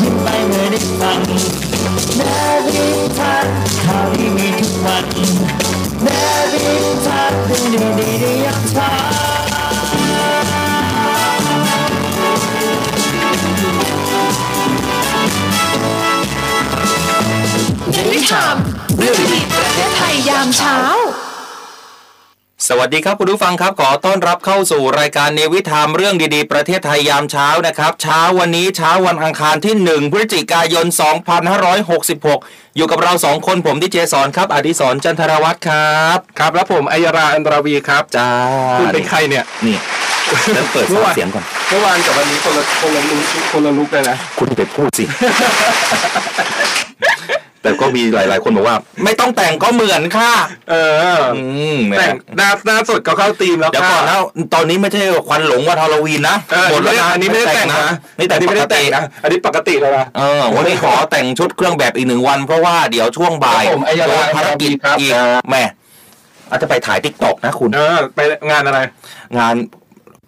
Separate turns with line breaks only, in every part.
วันแม่พิทักษ์ข่าวที่มีทุกวันแม่พิทักษ์เรื่องดีๆในยามเช้า
เดลิทามเรื่องดีๆประเทศไทยยามเช้า
สวัสดีครับคุณผู้ฟังครับขอต้อนรับเข้าสู่รายการเนวิทามเรื่องดีๆ ประเทศไทยยามเช้านะครับ เช้าวันนี้เช้าวันอังคารที่ 1 พฤศจิกายน 2566 อยู่กับเรา 2 คนผมดิเจสอนครับ อดิสรจันทรวัตรครับ
ครับแล้วผมอัยราอันดราวีครับ
จ้า
คุณเป็นใครเนี่ย
นี่เริ่มเปิด
เมื่อวาน
เสียงก่อน
เมื่อวานกับวันนี้คนละคนละลุกคนละลุกเลยนะ
คุณไปพูด สิ แต่ก็มีหลาย ๆ คนบอกว่า ไม่ต้องแต่งก็เหมือนค่ะ
เออ
อืมนะ
แต่งหน้าหน้าสดก็เข้าธีมแล้ว
เดี๋ยว
ค่ะ
ก่อนนะตอนนี้ไม่ใช่ควันหลงวันฮาโลวีนนะ
เออ
หมดแล้วนะ
อันนี้ไม่ได้แต่งนะ
นี่แต่
อันนี้
ปก
ไม่ได้แต่
ติ
งนะอันนี้ปกติเลยนะ
เออวันนี้ขอแต่งชุดเครื่องแบบอีกหนึ่งวัน เพราะว่าเดี๋ยวช่วงบ่าย
ครับผมอัยยาลา
โดนภารกิจ
ครับ
อีกแหม่อาจจะไปถ่ายติ๊กตอกนะคุณ
เออไปงานอะไร
งาน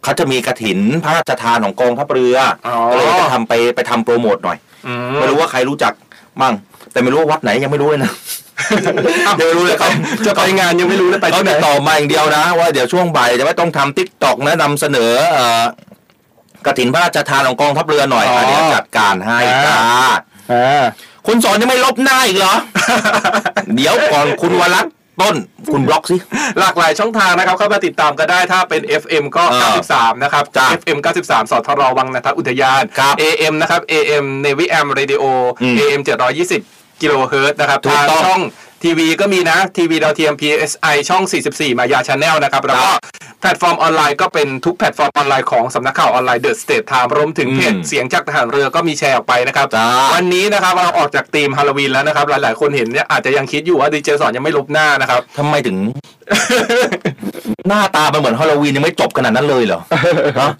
เขาจะมีกระถินพระราชทานของกองทัพเรืออ
อ
ก็เลยจะทำไปไปทำโปรโมทหน่อย
อื
ไม่รู้ว่าใครรู้จักมั่ง แต่ไม่รู้ว่าวัดไหนยังไม่รู้เลยนะ
เดี๋ยวรู้เลยครับจะไปงานยังไม่รู้เลยไป
เขา
ที่ไหน
ติดต่อมาอย่างเดียวนะ ว่าเดี๋ยวช่วงบ่ายจะไม่ต้องทำติ๊กตอกนะนำเสนอเอ่อกระถินพระราชทานของกองทัพเรือหน่อยอ่ะเดี๋ยวจัดการให้จ้า
อ่า
คุณสอนยังไม่ลบหน้าอีก เหรอ เดี๋ยวก่อนคุณวรัตน์ต้น คุณบล็อกสิ
หลากหลายช่องทางนะครับเข้ามาติดตามก็ได้ถ้าเป็น FM ก็
เออ
93 นะครับ
จ้ะ
FM 93 สทรวังนันทอุทยาน
ครับ
AM นะครับ AM Navy AM Radio
อืม
AM 720 กิโลเฮิรตซ์นะครับ
ถูก
ทาง
ต้อง
ช่องทีวีก็มีนะทีวีดาวเทียม PSI ช่อง 44 มายาชาแนลนะครับ แล้วก็แพลตฟอร์มออนไลน์ก็เป็นทุกแพลตฟอร์มออนไลน์ของสำนักข่าวออนไลน์เดอะสเตทไทม์รวมถึงเพจ
อืม
เสียงจากทหารเรือก็มีแชร์ออกไปนะครับ
จ้า
วันนี้นะครับเราออกจากธีมฮาโลวีนแล้วนะครับ หลายๆ คนเห็นเนี่ยอาจจะยังคิดอยู่ว่าดีเจสอนยังไม่ลบหน้านะครับ
ทำไมถึง หน้าตามันเหมือนฮอลโลวีนยังไม่จบขนาดนั้นเลยเหรอ ฮะ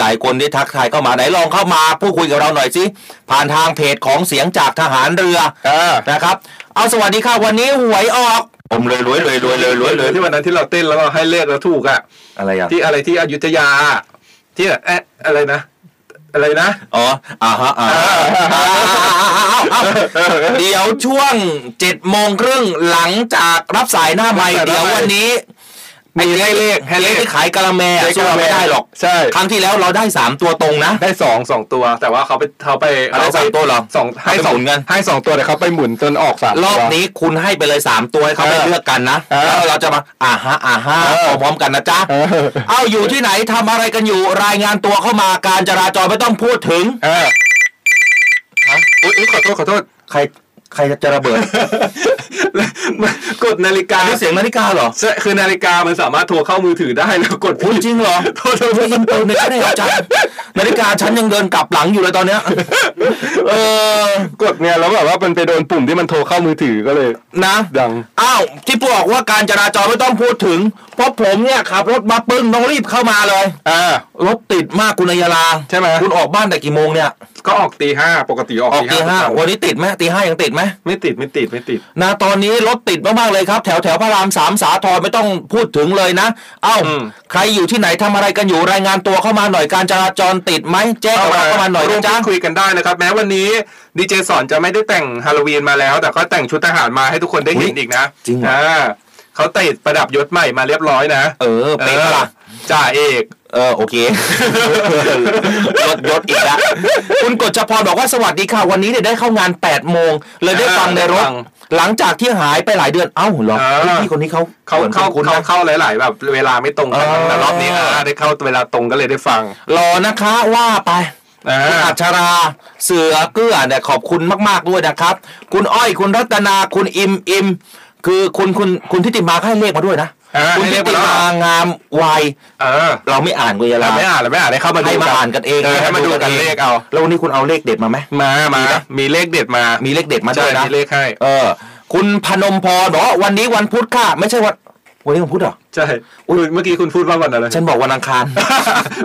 หลายๆคนที่ทักทายเข้ามาไหนลองเข้ามาพูดคุยกับเราหน่อยสิ ผ่านทางเพจของเสียงจากทหารเรือ
เออ
นะครับ เอาสวัสดีค่ะวันนี้หวยออก ผมเลยรวยรวยรวยรวยรวยร
หรื
ว
อยที่วันนั้นที่เราเต้นแล้วเราให้เลขแล้วถูกอ่ะ
อะไรอ่ะ
ที่อะไรที่อยุธยา ที่แอะอะไรนะ อะไรนะ
อ๋ออ่าฮะอ่าฮะอ่าฮะอ่าฮะอ่าฮะเดี๋ยวช่วงเจ็ดโมงครึ่งหลังจากรับสายหน้าใหม่
รับสายหน้า
เดี๋ยว
ไมค์
วันนี้
มีให้เลขให้
เล
เล
ข
ข
ที่ขายกะละแมสู้เราไม่ได้หรอก
ใช่
ครั้งที่แล้วเราได้สามตัวตรงนะ
ได้สองสองตัว แต่ว่าเขาไปเขาไป
อะไร
เขาไป
สองตัวเหรอ
สองให้
เอาไป
สอง
หมุนกัน
ให้สองตัวแต่เขาไปหมุนจนออกสาม
รอบ
ตัว
นี้คุณให้ไปเลยสามตัวให้เขาไป
เออ
เลือกกันนะ
เออ
แล้วเราจะมาอ่าฮะอ่าฮะ
เออ
พร้อมๆกันนะจ๊ะ
เออ
เอาอยู่ที่ไหนทำอะไรกันอยู่รายงานตัวเข้ามาการจราจรไม่ต้องพูดถึง
เอออุ๊ยอุ๊ยขอโทษขอโทษ
ใครใครจะระเบิ ด
กดนาฬิกา
นี่เสียงนาฬิกาเหรอ
ใช่คือนาฬิกามันสามารถโทรเข้ามือถือได้นะกด
คุณจริงเหรอ
โทษโทษ โท
เฮ้ย
ษ
ยังเดินในชั้นเหรอจ๊ะนาฬิกาฉันยังเดินกลับหลังอยู่เลยตอนเนี้ยเออก
ดเนี่ยแล้วแบบว่ามันไปโดนปุ่มที่มันโทรเข้ามือถือก็เลย
นะ
ยัง
อ้าวที่บอกว่าการจราจรไม่ต้องพูดถึง เพราะผมเนี่ยขับรถมาปึ้งต้องรีบเข้ามาเลย
อ่า
รถติดมากคุณอัยยาลา
ใช่ไหม
คุณออกบ้านแต่กี่โมงเนี่ย
ก็ออกตีห้าปกติออก
ออกตีห้าวันนี้ติดไหมตีห้ายังติดไหม
ไม่ติดไม่ติดไม่ติด
นะตอนนี้รถติดมากๆเลยครับ แถวแถวพระรามสามสาทรไม่ต้องพูดถึงเลยนะ เอ้า
อืม
ใครอยู่ที่ไหนทำอะไรกันอยู่รายงานตัวเข้ามาหน่อยการจราจรติดไหมแจ้งกับเราเข้ามาหน่อย
ร่ว
นะ
ม
จ๊ะ
พูดคุยกันได้นะครับ แม้วันนี้ดีเจสอนจะไม่ได้แต่งฮาโลวีนมาแล้ว แต่ก็แต่งชุดทหารมาให้ทุกคนได้เห็นอีกนะอ่าเขาติดประดับยศใหม่มาเรียบร้อยนะ
เออเป็นปะล่ะ
จ่าเอก
เออโอเค รถยศอีกละคุณกฎชพรบอกว่าสวัสดีค่ะ วันนี้เนี่ยได้เข้างาน8ปดโมงเลยได้ฟังในรถ หลังจากที่หายไปหลายเดือนเอ้าเหรอพี่คนนี้เขา
เขา
หมือน
เข้า
คุณ
เขา
นะ
เข้าหลาย ๆ แบบเวลาไม่ตรงกันแต่รอบนี้ได้เข้าเวลาตรงก็เลยได้ฟัง
รอนะคะว่าไป
อ่า
คุณอัชราเสือเกื้อเนี่ยขอบคุณมาก ๆ ด้วยนะครับ คุณอ้อยคุณรัตนาคุณอิมอิมคือคุณคุณคุณทิติมาให้เลขมาด้วยนะ
อ่า
คุณ
ให้
ทิ
เลข
ติ
มาแล้ว
มางามวัย
เออ
เราไม่อ่านกุยาลา
ไม่อ่านแล้วไม่อ่านให้เข้ามาดู
ให้มาอ่านกันเอง
ให้มาดูกันเลขเอา
แล้ววันนี้คุณเอาเลขเด็ดมาไหม
มามามีเลขเด็ดมา
มีเลขเด็ดมาด้
ใช่
วยนะ
มีเลขให้
เออ คุณพนมพรบอกว่าวันนี้วันพุธค่ะ ไม่ใช่วันวันนี้วันพุธเหรอ
ใช่เมื่อกี้คุณพูดว่าวันอะไร
ฉันบอกวันอังคาร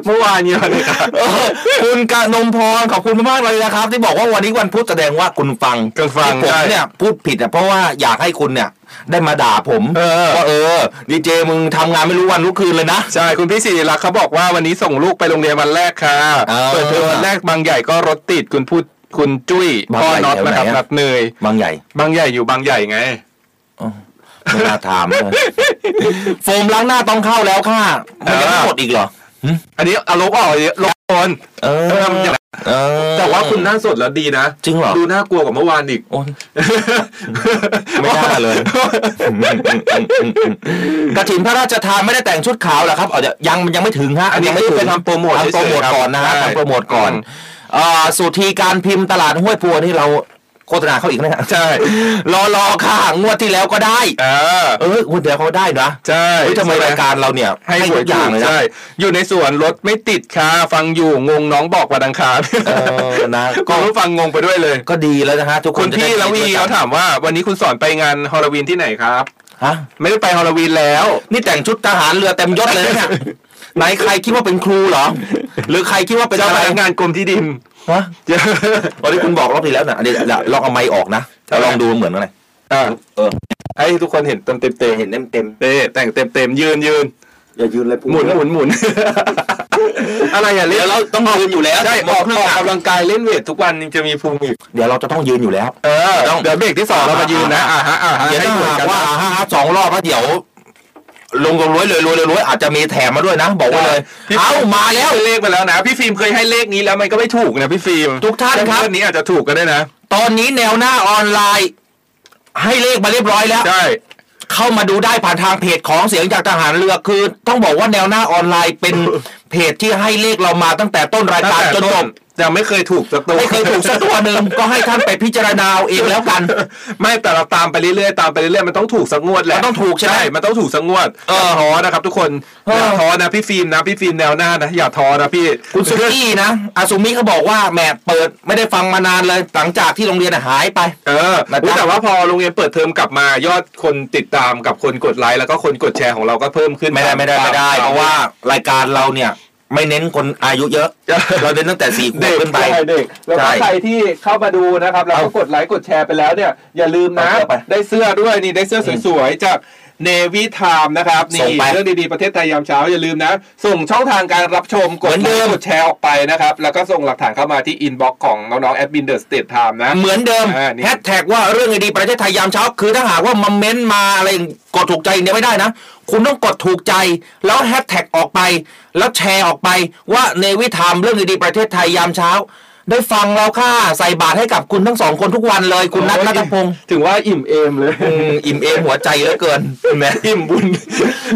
เมื่อวานเนี่ยวันนี้ครับ
เออ คุณกนมพรขอบคุณมากๆเลยนะครับ ที่บอกว่าวันนี้วันพุธแสดงว่าคุณฟัง
กัฟัง
ที่ผม
ใช่
เนี่ยพูดผิดเนี่ยเพราะว่าอยากให้คุณเนี่ย ได้มาด่าผม
เออ
ว่าเออดีเจมึงทำงานไม่รู้วันรู้คืนเลยนะ
ใช่ คุณพี่สิริรักษ์เขาบอกว่าวันนี้ส่งลูกไปโรงเรียนวันแรกค่ะ
อ่า
เปิดเทอมวันแรกบางใหญ่ก็รถติดคุณพูด คุณจุ้ย
บาง
พ่อ
ใหญ่
น็อต
แถวไหน
นะครับ
อะ
นัดเนย
บางใหญ่
บางใหญ่อยู่บางใหญ่ไง
ไม่น่า ถามเลย โฟมล้างหน้าต้องเข้าแล้วค่ะมันยังไม่หมดอีกเหรอ
อันนี้เอาลบออกเลยลบก่อน
เออ
ทำอย่าง
เออ
แต่ว่าคุณหน้าสดแล้วดีนะ
จริงเหรอ
ดูน่ากลัวกว่าเมื่อวานอีก
โอ้ย ไม่น่าเลย กระถินพระราชทานไม่ได้แต่งชุดขาวเหรอครับเอาเดี๋ยวยังมันยังไม่ถึงฮะ
อันนี้
ยังไม่ถึง
ไปทำโปรโมท
ทำโปรโมท
เฉยๆครับ
ก่อนนะฮะ
ใช่
ทำโปรโมทก่อน
อืม
เอ่อสุธีการพิมพ์ตลาดห้วยพัวนี่เราโฆษณาเขาอีกนะฮะ
ใช่
ร อรอค่ะงวดที่แล้วก็ได้
เออ
เอองวดที่แล้วเขาได้นะ
ใช่
เฮ้ยทำไมรายการเราเนี่ย
ให้หว
ทุ
ย
กอย่างเลยนะ
ใช่อยู่ในสวนรถไม่ติดค่ะฟังอยู่งงน้องบอกวันอังคาร
เออนะ
ก็
ก็
รู้ฟังงงไปด้วยเลย
ก็ดีแล้วนะฮะทุกค
คุ
น
ณ
จะได้
พี่ละวีเขาถามว่า วันนี้คุณสอนไปงานฮอลลวีนที่ไหนครับ
ฮะ
ไม่ได้ไปฮอลลวีนแล้ว
นี่แต่งชุดทหารเรือเต็มยศเลยนะเนี่ย ไหนใครคิดว่าเป็นครูเหรอ หรือใครคิดว่าเป็น
เจ้า
อะ
พ
ไร
นักงานกรมที่ดิน
ฮะตอนที่คุณบอกรอบที่แล้วนะอันนี้เดี๋ยวลองเอาไม้ออกนะแต่ลองดูเหมือนกันเลย
อ่ะ
เออ
ให้ทุกคนเห็นเต็มเต็มเต็ม
เห็นเต็มเต็ม
เต้แต่งเต็มเต็มยืนยืน
ๆอย่ายืนเลย
หมุนหมุนห มุน อะไรอย่าเล่
เดี๋ย
น
วเราต้องยืนอยู่แล้ว
ใช่อ
อ
อ
อก ก
ออกกำลังกายเล่นเวททุกวันยังจะมีภูมิอีก
เดี๋ยวเราจะต้องยืนอยู่แล้ว
เออ
ต้อง
เดี๋ยวเบรกที่สองเรามายืนนะอ่าฮะอ่าฮะ
เดี๋ยว
ให้
ถ้า
เหมือน
หาก
กัน
ว่า
นะ
ห้าสองรอบแล้วเดี๋ยว ลงลงรวยเลยรวยเลยรวยอาจจะมีแถมมาด้วยนะ บอกไว้เลย เอ้ามาแล้ว
ให้เลขมาแล้วนะ พี่ฟิล์มเคยให้เลขนี้แล้วมันก็ไม่ถูกนะพี่ฟิล์ม
ทุกท่านครับ
เลขนี้อาจจะถูกก็ได้นะ
ตอนนี้แนวหน้าออนไลน์ ให้เลขมาเรียบร้อยแล้ว
ใช่
เข้ามาดูได้ผ่านทางเพจของเสียงจากทหารเรือคือ ต้องบอกว่าแนวหน้าออนไลน์เป็น เพจที่ให้เลขเรามาตั้งแต่ต้นราย
ตั้ง
การ
แต่
จนจ
ต้น
บ
ยังไม่เคยถูกสักตัว
ไม่เคยถูกสักตัวหนึ่ง ก็ให้ท่านไปพิจารณาเอาเองแล้วกัน
ไม่แต่เราตามไปเรื่อยๆตามไปเรื่อยๆมันต้องถูกสักงวดแหละ
มันต้องถูกใช่ไหม
มันต้องถูกสักงวด
เออ
อย่าท้อนะครับ ทุกคน
เอออ
อย่าท้อนะพี่ฟิล์มนะพี่ฟิล์มแนวหน้านะอย่าท้อนะพี่
คุณสุกี้นะอาซูมิเขาบอกว่าแหมเปิดไม่ได้ฟังมานานเลยหลังจากที่โรงเรียนหายไป
เออ
นะครับ
อุ๊ยแต่ว่าพอโรงเรียนเปิดเทอมกลับมายอดคนติดตามกับคนกดไลค์แล้วก็คนกดแชร์ของเราก็เพิ่มขึ้น
ไม่ได้ไม่ได้ไม่ได้
ต
เพราะว่ารายการเราเนี่ย ไม่เน้นคนอายุเยอะ เราเน้นตั้งแต่สี่ขว
เด็
บ
ก
ขึ้นไป
ใช่เด็กแล้ว
ใช่
ก็ใครที่เข้ามาดูนะครับแล้วก็กดไลค์กดแชร์ไปแล้วเนี่ยอย่าลืมนะ
เอาเข้าไป
ได้เสื้อด้วยนี่ได้เสื้อสวยๆจากเนวิทามนะครับ
ส่
นี่
งไป
เรื่องดีๆประเทศไทยยามเช้าอย่าลืมนะ ส่งช่องทางการรับชมกด
เหมือน
ไล
เดิม
ค์กดแชร์ออกไปนะครับ แล้วก็ส่งหลักฐานเข้ามาที่อินบ็อกซ์ของน้องๆแอดมินเดอะสเตทไทม์นะ
เหมือนเดิม
อ่านี่
แฮชแท็กว่าเรื่องดีๆประเทศไทยยามเช้า คือถ้าหากว่ามาเม้นต์มาอะไรกดถูกใจเนี่ยไม่ได้นะ คุณต้องกดถูกใจ แล้วแฮชแท็กออกไป แล้วแชร์ออกไปว่าเนวิธามเรื่องดีๆประเทศไทยยามเช้า ได้ฟังแล้วค่ะใส่บาตรให้กับคุณทั้งสองคนทุกวันเลย คุณนัทนัทพงศ์
ถึงว่าอิ่มเอมเลย
อืมอิ่มเอมหัวใจเหลือเกินแหม
อิ่มบุญ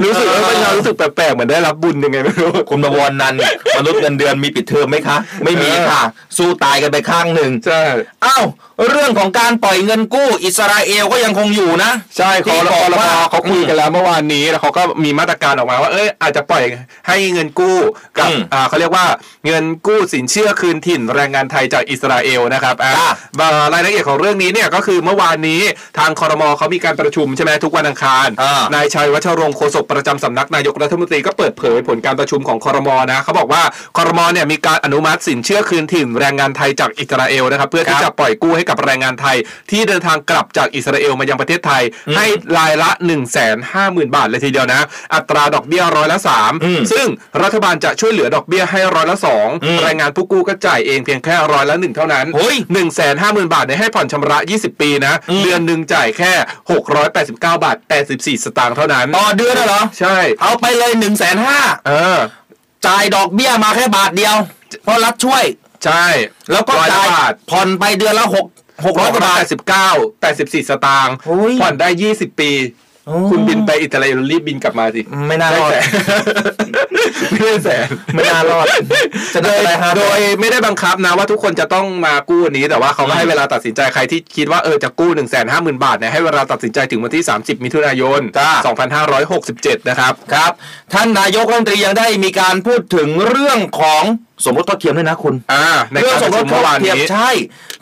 รู้สึกว่า
เออ
เป็นเรารู้สึกแปลกๆเหมือนได้รับบุญยังไงไม่รู้
คุณบวรนันท์มนุษย์เงินเดือนมีปิดเทอมไหมคะ ไม่มีค่ะ สู้ตายกันไปข้างหนึ่ง
ใช่
อ้าวเรื่องของการปล่อยเงินกู้อิสราเอลก็ยังคงอยู่นะ
ใช่คอร
ที่บอก
ม
ว่า
เขาคุยกันแล้วเมื่อวานนี้แล้วเขาก็มีมาตรการออกมาว่า เอ้ยอาจจะปล่อยให้เงินกู้กับ
อืม
อ่าเขาเรียกว่าเงินกู้สินเชื่อคืนถิ่นแรงงานไทยจากอิสราเอลนะครับอ่า
จ้ะ
บารายละเอียดของเรื่องนี้เนี่ยก็คือเมื่อวานนี้ทางคอรมอเขามีการประชุมใช่ไหมทุกวันอังคาร
อ่าน
นายชัยวัชรงค์โฆษกประจำสำนักนายกรัฐมนตรีก็เปิดเผยผลการประชุมของคอรมอนะเขาบอกว่าคอรมอเนี่ยมีการอนุมัติสินเชื่อคืนถิ่นแรงงานไทยจากอิสราเอลนะครับเพื่อที่จะปล่อยกู้ให้กับแรงงานไทย ที่เดินทางกลับจากอิสราเอลมายังประเทศไทย ให้รายละ 1 5 0 0 0 0 บาทเลยทีเดียวนะ อัตราดอกเบี้ยร้อยละ
อืม
3 ซึ่งรัฐบาลจะช่วยเหลือดอกเบี้ยให้ร้อยละ
อืม
2แรงงานผู้กู้ก็จ่ายเองเพียงแค่ร้อยละ1เท่านั้น
โอ้ย
1 5 0 0 0 0 บาทเนี่ยให้ผ่อนชำระ 20 ปีนะ
อืม
เดือนหนึ่งจ่ายแค่ 689 บาท 84 สตางค์เท่านั้น
ต่อเดือนน่ะเหรอ
ใช่
เอาไปเลยหนึ่งแสนห้า
เออ
จ่ายดอกเบี้ยมาแค่บาทเดียว เพราะรัฐช่วย
ใช่
แล้วก็
ร้อยละ
จ่าย
บาท
ผ่อนไปเดือนละหกหกร้อยกว่าบาท
689 84 สตางค์
โอ้ย
ผ่อนได้ 20 ปี คุณบินไปอิตาลีรีบบินกลับมาสิ
ไม่น่ารอด
ไม่ได้แสน
ไม่น่ารอดจะ
โด
ได้
ย
อะไรฮะ
โดยไม่ได้บังคับนะว่าทุกคนจะต้องมากู้อันนี้แต่ว่าเขาก็ให้เวลาตัดสินใจใครที่คิดว่าเออจะกู้ 1 5 0 0 0 0 บาทเนี่ยให้เวลาตัดสินใจถึงวันที่ 30 มิถุนายน 2567 นะครับ
ครับ ท่านนายกรัฐมนตรียังได้มีการพูดถึงเรื่องของสมรสเท่าเทียมด้วยนะคุณ
อ่า ใน
เรื่
กา
อง
ร
สมรส
ประชุม
เท่า
เมื่อวาน
เทียม
นี้
ใช่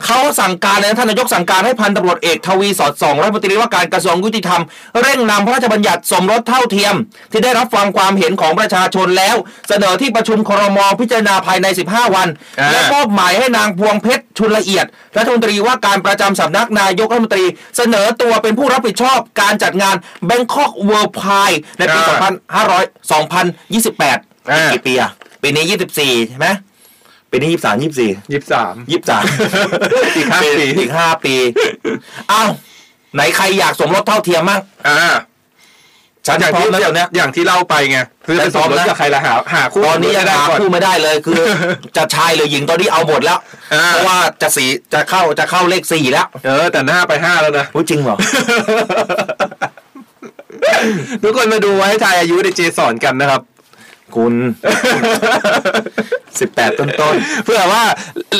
เขาสั่งการเลยนะท่านนายกสั่งการให้พันตำรวจเอกทวีสอดส่องรัฐมนตรีว่าการกระทรวงยุติธรรม เร่งนำพระราชบัญญัติสมรสเท่าเทียม ที่ได้รับฟังความเห็นของประชาชนแล้ว เสนอที่ประชุมครมพิจารณาภายใน 15 วัน
อ่า
และมอบหมายให้นางพวงเพชรชุนละเอียดรัฐมนตรีว่าการประจำสำนักนายกรัฐมนตรี เสนอตัวเป็นผู้รับผิดชอบการจัดงาน Bangkok World Pride ในปี 2500 2028อีกกี่ปีอะปีนี้ 24ใช่ไหม ปีนี้ยี่สามยี่สี่
ยี่สิบสาม
ยี่ สาม
อีกห้าปี
อีกห้าปีอ้าวไหนใครอยากสมรสเท่าเทียมมั่ง
อ่า
ฉัน
อย่าง
พร้อ
ที่
มแล้วเดี๋ยวเนี้ย
อย่างที่เล่าไปไงคือไป
แต่
ส
ซ้
อ
อบม
รถ
นะ
กับใครละหาหาคู่
ตอนนี้ยัง
ได้
หา
ก่อน
คู่ไม่ได้เลย คือ จะชายหรือหญิงตอนนี้เอาหมดแล้ว
อ่า
เพราะว่าจะสีจะเข้าจะเข้าเลขสี่แล้ว
เออแต่หน้าไปห้าแล้วนะ
พูดจริงเหรอ
ทุกคนมาดูไว้ทายอายุในเจสอนกันนะครับ
คุณสิบแปดต้นต้น
เพื่อว่า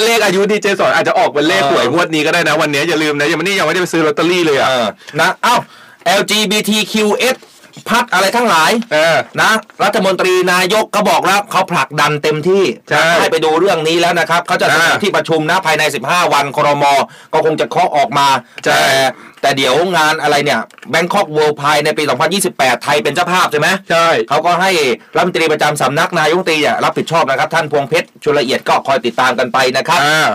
เลขอายุดีเจสอนอาจจะออกเป็นเลข
เออ
หวยงวดนี้ก็ได้นะ วันนี้อย่าลืมนะยังไม่นี่ยังไม่ได้ไปซื้อลอตเตอรี่เลย
ๆ
อ่ะ
เออนะเอ้า LGBTQS พัดอะไรทั้งหลาย
เออ
นะรัฐมนตรีนายกก็บอกแล้วเขาผลักดันเต็มที่
ใช่
ให้ไปดูเรื่องนี้แล้วนะครับเขาจะเสนอ
อ่า
ที่ประชุมนะภายใน 15 วันครมก็คงจะเคาะออกมา
ใช่
แต่แต่เดี๋ยวงานอะไรเนี่ยแบงคอกเวิลด์พายในปี 2028 ไทยเป็นเจ้าภาพใช่ไหม
ใช่
เขาก็ให้รัฐมนตรีประจำสำนักนายกรัฐมนตรีเนี่ยรับผิดชอบนะครับ ท่านพวงเพชรชุลละเอียดก็คอยติดตามกันไปนะครับ
อ่า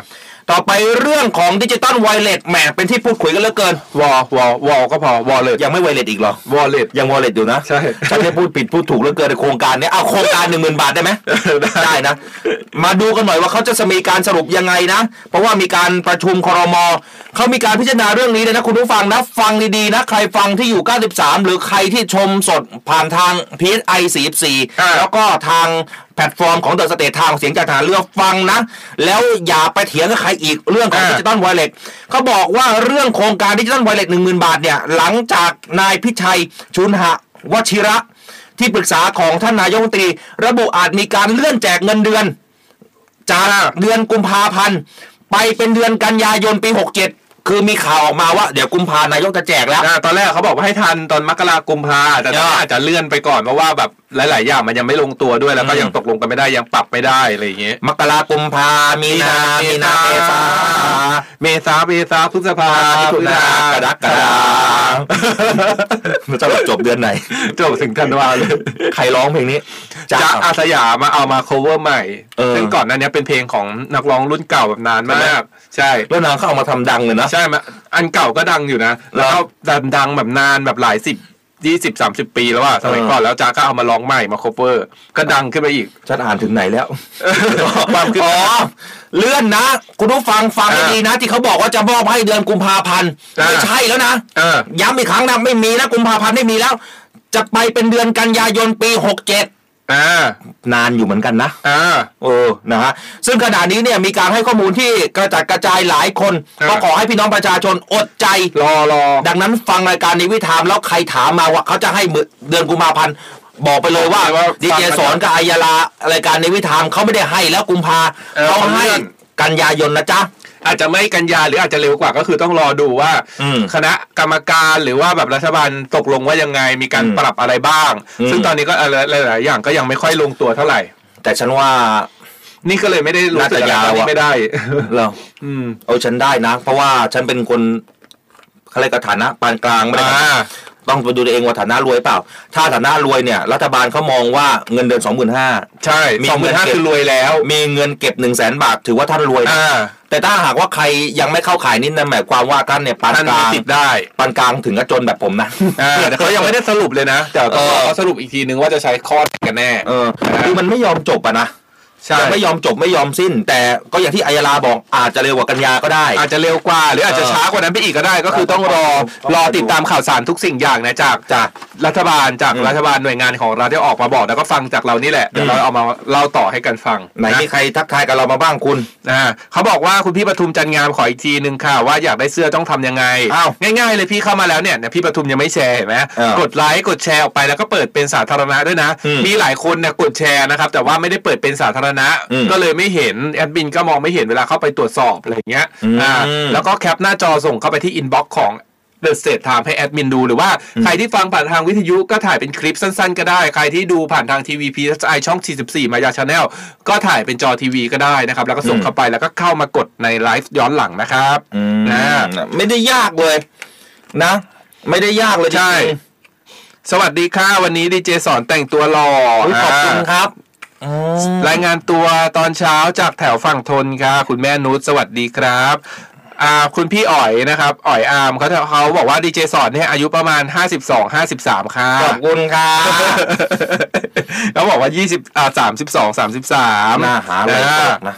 ต่อไปเรื่องของดิจิตอลไวเลสแหมเป็นที่พูดคุยกันเหลือเกิน
วอวอวอก็พอวอลเล็ต
ยังไม่ไวเลสอีกเหรอ
วอลเล็ต
ยังวอลเล็ตอยู่นะ
ใช่
ฉันจะพูดผิดพูดถูกแล้วเกินในโครงการเนี้ยเอาโครงการหนึ่งหมื่นบาทได้ไหม
ได้
ได้นะ มาดูกันหน่อยว่าเขาจะมีการสรุปยังไงนะ เพราะว่ามีการประชุมครมเขามีการพิจารณาเรื่องนี้เลยนะคุณผู้ฟังนะ ฟังดีๆนะ ใครฟังที่อยู่ 93 หรือใครที่ชมสดผ่านทาง PSI 44 แล้วก็ทางแพลตฟอร์มของเดอะสเตททางเสียงจากทหารเรือฟังนะ แล้วอย่าไปเถียงกับใครอีกเรื่องของดิจิตอลไวเลสเขาบอกว่าเรื่องโครงการดิจิตอลไวเลสหนึ่งหมื่นบาทเนี่ยหลังจากนายพิชัยชุนหะวชิระ ที่ปรึกษาของท่านนายกรัฐมนตรี ระบุอาจมีการเลื่อนแจกเงินเดือน จากเดือนกุมภาพันธ์ไปเป็นเดือนกันยายนปี 67 คือมีข่าวออกมาว่า เดี๋ยวกุมภานายกจะแจกแล้ว
อ่าตอนแรกเขาบอกว่าให้ทันตอนมกราคมพาแต่ตอนนี้อาจจะเลื่อนไปก่อนเพราะว่าแบบหลาย ๆ อย่างมันยังไม่ลงตัวด้วยแล้วก็
อืม
ยังตกลงกันไม่ได้ยังปรับไม่ได้อะไรอย่างเงี้ย
มกรากุมภามีนามีนาเมษา
เมษาเมษาพฤษภา
มิถุนากรกฎา จะจบเดือนไหน
จบถึงธันวาเลย
ใครร้องเพลงนี้
จ๊ะ
จ๊ะ
อาสยามมาเอามา cover ใหม่
เออ
ซึ่งก่อนหนั้นเนี้ยเป็นเพลงของนักร้องรุ่นเก่าแบบนานมา
ใช่ไหม
กใช่
แล้วนางเข้าเอามาทำดังเลยนะ
ใช่มาอันเก่าก็ดังอยู่นะ แล้วก็ดังดังแบบนานแบบหลายสิบยี่สิบสามสิบปีแล้วอะสมัย
เออ
ก่อนแล้วจ๊ะก็เอามาร้องใหม่มา cover ก็ดังขึ้นไปอีก
ฉันอ่านถึงไหนแล้ว
ความคืบ
อ๋
ห
อ
น้า
เลื่อนนะ คุณผู้ฟังฟังให้
อ่า
ดีนะ ที่เขาบอกว่าจะมอบให้เดือนกุมภาพันธ์
อ่า
ไม่ใช่แล้วนะ
เออ
ย้ำอีกครั้งนะ ไม่มีนะกุมภาพันธ์ไม่มีแล้ว จะไปเป็นเดือนกันยายนปี 67
อ่าน
านอยู่เหมือนกันนะ
อ่า
เออ นะฮะ ซึ่งขณะนี้เนี่ยมีการให้ข้อมูลที่กระจัดกระจายหลายคน
อ่า
ก็ขอให้พี่น้องประชาชนอดใจ
รอรอ
ดังนั้นฟังรายการในวิถามแล้วใครถามมาว่าเขาจะให้เดือนกุมภาพันธ์บอกไปเลยว่า
ว่า
ดีเจสอนกับอายารารายการในวิถามเขาไม่ได้ให้แล้วกุมภา
เออ
เขา
เขาเลื่
ให้
อน
กันยายนนะจ๊ะ
อาจจะไม่กันยาหรืออาจจะเร็วกว่าก็คือต้องรอดูว่า
อืม
คณะกรรมการหรือว่าแบบรัฐบาลตกลงว่ายังไงมีการ
อืม
ปรับอะไรบ้าง
อืม
ซึ่งตอนนี้ก็อะไรหลายๆอย่างก็ยังไม่ค่อยลงตัวเท่าไหร่
แต่ฉันว่า
นี่ก็เลยไม่ได้รู้สึ
น่า
ก
จะยาว
อะไร
อะ
ไม่ได้
เรา
อืม
เอาฉันได้นะ เพราะว่าฉันเป็นคนเขาเรียกว่าฐานะปานกลางไม่ได้
อ่า
ต้องไปดูตัวเองว่าฐานะรวยเปล่า ถ้าฐานะรวยเนี่ย รัฐบาลเขามองว่าเงินเดือนสองหมื่นห้า
ใช่
มี
สองหมื่นห้า
เงินเก็บ
คือรวยแล้ว
มีเงินเก็บหนึ่งแสนบาทถือว่าท่านรวยนะ
อ่า
แต่ถ้าหากว่าใครยังไม่เข้าขายนี่นั่นหมายความว่าท่านเนี่ยปาน
ท่าน
ก
มี
ลาง
สิทธิ์ได้
ปานกลางถึงกับจนแบบผมนะ
อ่าแต่เขายังไม่ได้สรุปเลยนะแต่ต้องร
เอ
อ
อ
เขาสรุปอีกทีนึงว่าจะใช้ข้อไหนกันแน่
เออคือมันไม่ยอมจบอะนะ
ใช่
ยังไม่ยอมจบไม่ยอมสิ้น แต่ก็อย่างที่อัยราบอกอาจจะเร็วกว่ากันยาก็ได้
อาจจะเร็วกว่า หรืออาจจะ
เออ
ช้ากว่านั้นไปอีกก็ได้ ก็คือต้องรอรอติดตามข่าวสารทุกสิ่งอย่างนะจาก
จ้ะ
รัฐบาลจาก
อืม
รัฐบาลหน่วยงานของรัฐที่ออกมาบอกแล้วก็ฟังจากเรานี่แหละเดี๋ยวเราเอามาเล่าต่อให้กันฟัง
ไหนมี
นะ
ใครทักทายกับเรามาบ้างคุณ
อ่าเขาบอกว่าคุณพี่ปทุมจันทร์งามขออีกทีหนึ่งค่ะ ว่าอยากได้เสื้อต้องทำยังไง
อ้าว
ง่าย ๆ เลยพี่เข้ามาแล้วเนี่ยเนี่ยพี่ปทุมยังไม่แชร์เห็นไหม
เออก
ดไลค์กดแชร์ออกไปแล้วก็เปิดเป็นสาธารณะด้วยนะ
อืม
มีหลายคนเนี่ยกดแชร์นะครับแต่ว่าไม่ได้เปิดเป็นสาธารณะ
อืม
ก็เลยไม่เห็นแอดมินก็มองไม่เห็นเวลาเข้าไปตรวจสอบอะไรอย่างเงี้ย
อืม
อ่าแล้วก็แคปหน้าจอส่งเข้าไปที่อินบ็อกซ์ของ เดอะเศษถามให้แอดมินดูหรือว่าใครที่ฟังผ่านทางวิทยุก็ถ่ายเป็นคลิปสั้นๆ ก็ได้ ใครที่ดูผ่านทางทีวีพีไอช่อง 44 มายาชาแนลก็ถ่ายเป็นจอทีวีก็ได้นะครับ แล้วก็ส่งเข้าไปแล้วก็เข้ามากดในไลฟ์ย้อนหลังนะครับนะ
ไม่ได้ยากเลยนะ ไม่ได้ยากเลย
ใช่
จริง
สวัสดีค่ะ วันนี้ดีเจสอนแต่งตัวหล่อ
ๆอุ๊ยขอบคุณ
อ่า
ครับ
รายงานตัวตอนเช้าจากแถวฝั่งทนค่ะ คุณแม่นุชสวัสดีครับอ่าคุณพี่อ๋อยนะครับอ๋อยอามเขาเขาบอกว่าดีเจสอนเนี่ยอายุประมาณ 52-53 ค่ะ
ขอบคุณครับ
เขาบอกว่า 20อ่า32 33
หน้าหาอะไร
นะ
ตกนะ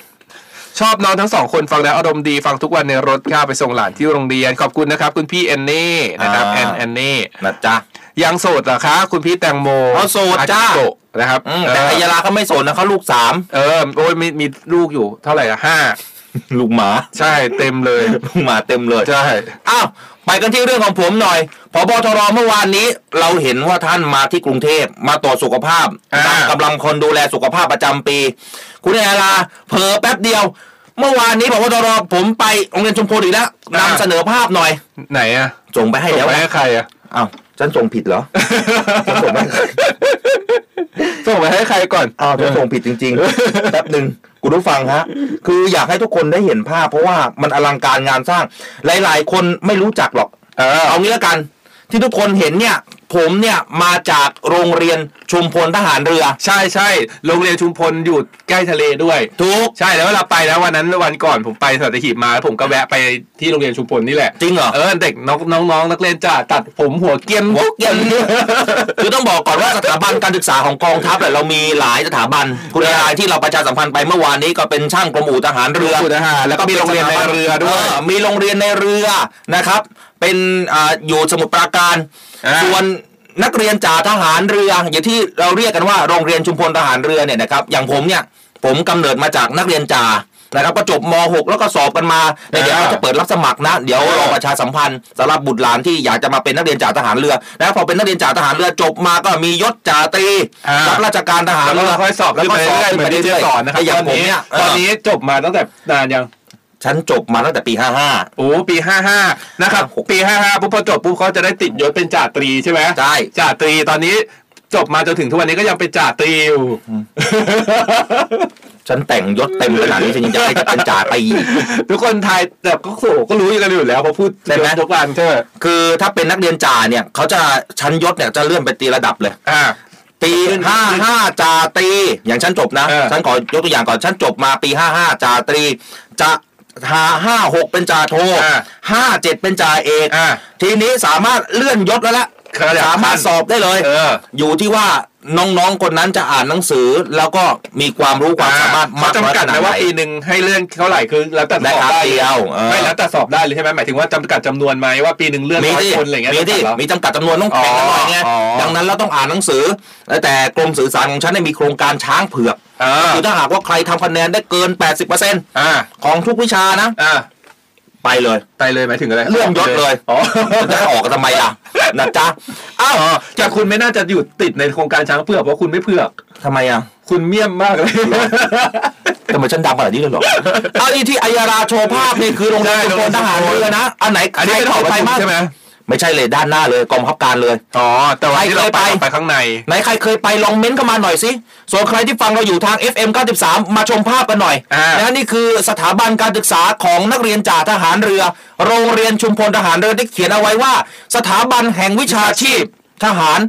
ชอบน้องทั้งสองคนฟังแล้วอารมณ์ดีฟังทุกวันในรถค่ะไปส่งหลานที่โรงเรียนขอบคุณนะครับคุณพี่แอนนี่นะครับแอน
อ่า
แอนนี่
นะจ๊ะ
ยังโสดเหรอคะ คุณพี่แตงโม
อ๋อโสดจ้า
อคิโกะนะครับ
อืมแต่อัยยาลาเขาไม่สนนะเขาลูกสาม
เออโอ้ยมีมีลูกอยู่เท่าไหร่อะห้า
ลูกหมา
ใช่เต็มเลย
ลู กหมาเต็มเลย
ใช่
อ้าวไปกันที่เรื่องของผมหน่อยพบทรเมื่อวานนี้ เราเห็นว่าท่านมาที่กรุงเทพมาตรวจสุขภาพ
อ่า
ตั้งกำลังคนดูแลสุขภาพประจำปี คุณอัยยาลาเผลอแป๊บเดียว เมื่อวานนี้พบตรผมไปโรงเรียนชมพูอีกแล้วนำเสนอภาพหน่อย
ไหนอะ
ส่งไปให้
ส่ง
แล้ว
ไป
นะ
ให้ใครอะ
อ้าวฉันส่งผิดเหรอ ฉันส่งไป
ส่งไปให้ใครก่อน
อ้าวฉันส่งผิดจริง ๆ แป๊บหนึ่งคุณผู้ฟังฮะ คืออยากให้ทุกคนได้เห็นภาพ เพราะว่ามันอลังการงานสร้าง หลาย ๆ คนไม่รู้จักหรอก
เออ
เอางี้ละกัน ที่ทุกคนเห็นเนี่ย ผมเนี่ยมาจากโรงเรียนชุมพลทหารเรือ
ใช่ใช่โรงเรียนชุมพลอยู่ใกล้ทะเลด้วย
ทุก
ใช่แล้วเวลาไปนะวันนั้นวันก่อนผมไปสัตหีบมาแล้วผมก็แวะไปที่โรงเรียนชุมพลนี่แหละ
จริงเหรอ
เออเด็กน้องน้องน้องนักเรียนจะตัดผมหัวเกรียน
วกเย็นคือต้องบอกก่อนว่าสถาบันการศึกษาของกองทัพเนี่ยเรามีหลายสถาบัน คุณรายที่เราประชาสัมพันธ์ไปเมื่อวานนี้ก็เป็นช่างกรมอู่ทหารเรือ
สูตรอาหารแล้วก็มีโรงเรียนในเรือด้วย
เออมีโรงเรียนในเรือนะครับ เป็นอาอยู่สมุทรปราการ
อ่า
ส่วนนักเรียนจ่าทหารเรือ อย่างที่เราเรียกกันว่าโรงเรียนชุมพลทหารเรือเนี่ยนะครับ อย่างผมเนี่ยผมกำเนิดมาจากนักเรียนจ่านะครับก็จบม .6 แล้วก็สอบกันมาเดี๋ยว
อ่า
เราจะเปิดรับสมัครนะ เดี๋ยว
อ่าร ร
อประชาสัมพันธ์สำหรับบุตรหลานที่อยากจะมาเป็นนักเรียนจ่าทหารเรือนะพอเป็นนักเรียนจ่าทหารเรือจบมาก็มียศจ่าตรีรับราชการทหาร
แล้ว
เรื
ก็
อ
ค่อยสอบ
แล้ว
ขึ้น
ก็
ไป
สอบ
เรื่อยๆ
ขึ้
เหมือน
ไป
ที่
เรื่
จะ
อย
สอน
ๆ
นะครับ
แต่อย่าง
ต
ผ
อ
ม
นนี้
เนี่ย
ตอนนี้จบมาตั้งแต่นานยัง
ฉันจบมาตั้งแต่ปี55
โอ้ปีห้าห้านะครับ
หก
ปีห้าห้าปุ๊บพอจบปุ๊บเขาจะได้ติดยศเป็นจ่าตรีใช่ไหม
ใช่
จ่าตรีตอนนี้จบมาจนถึงทุกวันนี้ก็ยังเป็นจ่าตรี อยู่
ฉันแต่งยศเต็มขนาดนี้ฉันยังจะให้จะเป็นจ่าไปอีก
ทุกคนไทายแต่ก็โขก็รู้อยู่กันอยู่แล้วเพราะพูด
ใช่ไหม
ทุกวันใช่ไหม
คือถ้าเป็นนักเรียนจ่าเนี่ยเขาจะชั้นยศเนี่ยจะเลื่อนไปตีระดับเลย
อ่า
ปี
ขึ้น
ห้าห้าจ่าตรีอย่างฉันจบนะ
เออ
ฉันขอยกตัวอย่างก่อนฉันจบมาปีห้าห้าจ่าตรีจะหาห้าหกเป็นจ่าโทห้าเจ็ดเป็นจ่าเอก
อ่า
ทีนี้สามารถเลื่อนยศแล้วละ
ครับ
สามารถสอบได้เลย
เออ
อยู่ที่ว่าน้องๆคนนั้นจะอ่านหนังสือแล้วก็มีความรู้ความสามารถมาก
เข
น้อย
จำกั
ข
ด
นาด
ไหม
ไหน
ว่าปีหนึ่งให้เลื่อนเท่าไหร่คือแล้วแต่สอบ
ได้ครับ
ได้
เดียวเออ
ไม่แล้วแต่สอบได้เลยใช่ไหมหมายถึงว่าจำกัดจำนวนไหมว่าปีหนึ่งเลื่อน
มี
ร้อย
ที่
คนอะไรเงี้ย
มีที่
จำกัดเหรอ
มีจำกัดจำนวนต้องแข่งกันหน่อยไง
อ๋ออ๋อ
ดังนั้นเราต้องอ่านหนังสือ แต่กรมสื่อสารของฉันเนี่ยมีโครงการช้างเผือก
เออ
คือถ้าหากว่าใครทำคะแนนได้เกิน 80%
อ่า
ของทุกวิชานะ
อ่า
ไปเลย
ไปเลยหมายถึงอะไร
เลื่อนยศเลย
อ๋อ
จะออกกันทำไมล่ะนะจ๊ะอ้าว
แต่คุณไม่น่าจะอยู่ติดในโครงการช้างเผือกเพราะคุณไม่เผือก
ทำไมอ่ะ
คุณเมี่ยมมากเลย
ทำไมฉันดำขนาดนี้เลยเหร อเอานี่ที่อายาราโชว์ภาพนี่คือโรงเรียน
ใช่
ชุมพลทหารเรือนะอันไหน
อันนี้เป็นหอประชุม
บ้าง
ใช่ไหม
ไม่ใช่เลยด้านหน้าเลยกองบังคับการเลย
อ๋อแต่วันที่เรา
ไป
ไป
เคยไป
เราไปข้างใน
ไหนใครเคยไปลองเม้นต์เข้ามาหน่อยสิ ส่วนใครที่ฟังเราอยู่ทาง FM 93 มาชมภาพกันหน่อย
อ่าน
นะนี่คือสถาบันการศึกษาของนักเรียนจ่าทหารเรือ โรงเรียนชุมพลทหารเรือได้เขียนเอาไว้ว่า สถาบันแห่งวิชาชีพทหาร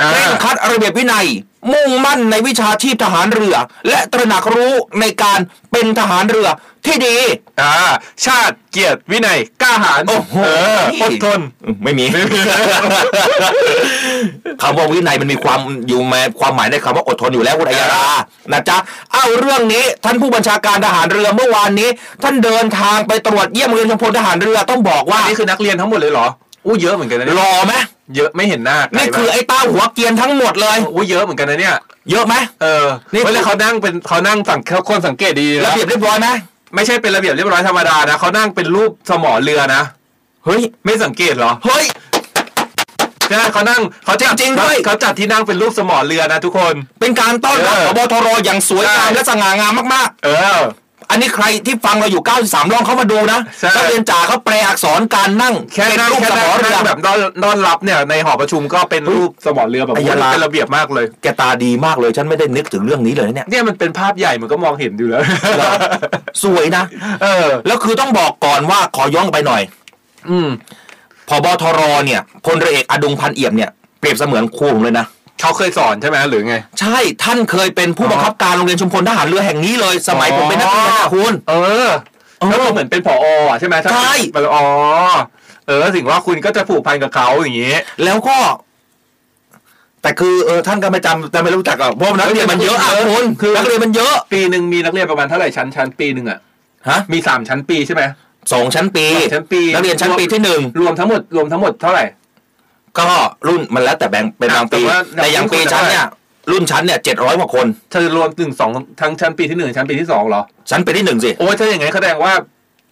อ่า
เคร่งครัดระเบียบวินัย มุ่งมั่นในวิชาชีพทหารเรือ และตระหนักรู้ในการเป็นทหารเรือที่ดี
อ่าชาติเกียรติวินัยกล้าหาญ
โอ้โห
เอออดทน
ไม่ มี คำว่าวินัยมันมีความอยู่มาความหมายในคำว่าอดทนอยู่แล้วคุณอัยยารานะจ๊ะเอ้าเรื่องนี้ท่านผู้บัญชาการทหารเรือเมื่อวานนี้ ท่านเดินทางไปตรวจเยี่ยมเรือนจำพลทหารเรือต้องบอกว่า
อันนี้คือนักเรียนทั้งหมดเลยเหรอ อู้เยอะเหมือนกันนะเนี่ย
รอไหม
เยอะไม่เห็นหน้าใร
นี่คือ
บ้าง
ไอ้เต้าหัวเกรียนทั้งหมดเลย
อู้เยอะเหมือนกันนะเนี่ย
เยอะไหม
เออ
นี่
เฮ้ยแล้วเขานั่งเป็นเขานั่งสังเขาคนสังเกตดีๆ
ระ
นะ
เบียบเรียบร้อยไหม
ไม่ใช่เป็นระเบียบเรียบร้อยธรรมดานะเขานั่งเป็นรูปสมอเรือนะ
เฮ้ย
ไม่สังเกตเหรอ
เฮ้ย
ใช่ไหมเขานั่งเขาจัด
จริงด้วย
เขาจัดที่นั่งเป็นรูปสมอเรือนะทุกคน
เป็นการต้อนรับพ
เออบ
ทรอย่างสวยงาม
ใช่
และสง่างามมากๆ
เออ
อันนี้ใครที่ฟังเราอยู่ 93ลองเข้ามาดูนะ
ใช่
นักเรียนจ่าเขาแปลอักษรการนั่ง
แค่นั่ง
เป็นรูปสม
แค่นั่
อง เรือ
นั่งแบบนอนนอนรับเนี่ยในหอประชุมก็เป็นรูปสมอเรือแบบ
อัยยาลา
เป็นระเบียบมากเลย
แกตาดีมากเลย ฉันไม่ได้นึกถึงเรื่องนี้เลยนะเนี่ย
เนี่ยมันเป็นภาพใหญ่มันก็มองเห็นอยู่แล้ว
สวยนะ
เออ
แล้วคือต้องบอกก่อนว่าขอย้อนไปหน่อย
อืม
พบทรเนี่ยพลเรือเอกอดุงพันเอี่ยมเนี่ยเปรียบเสมือนครูผมเลยนะ
เขาเคยสอนใช่ไหมหรือไง
ใช่ท่านเคยเป็นผู้บังคับการโรงเรียนชุมพลทหารเรือแห่งนี้เลย สมัยผมเป็นนักเรียนนะคุณ
เออแล้วก็เหมือนเป็นผออ่ะใช่ไหมถ้า
ใช่
เป็นอ๋อเออถึงว่าคุณก็จะผูกพันกับเขาอย่างนี้
แล้วก็ แต่คือเออท่านก็ไม่จำแต่ไม่รู้จักหรอกเพราะนักเรียนมันเยอะอ่ะคุณ
คือ
นักเรียนมันเยอะ
ปีหนึ่งมีนักเรียนประมาณเท่าไหร่ชั้นชั้นปีหนึ่งอ่ะ
ฮะ
มีสามชั้นปีใช่ไหม
สองชั้นปี
สองชั้นปี
นักเรียนชั้นปีที่หนึ่ง
รวมทั้งหมดรวมทั้งหมดเท่าไหร่
ก็รุ่นมันแล้วแต่แบ่งเป็นบางปี
แต่ว่า
แต่อย่างปีชั้นเนี่ยรุ่นชั้นเนี่ยเจ็ดร้อยกว่าคน
เธอรวมถึงสองทั้งชั้นปีที่หนึ่งชั้นปีที่สองเหรอ
ชั้นปีที่หนึ่งสิ
โอ้ยถ้าอย่างงั้นแสดงว่า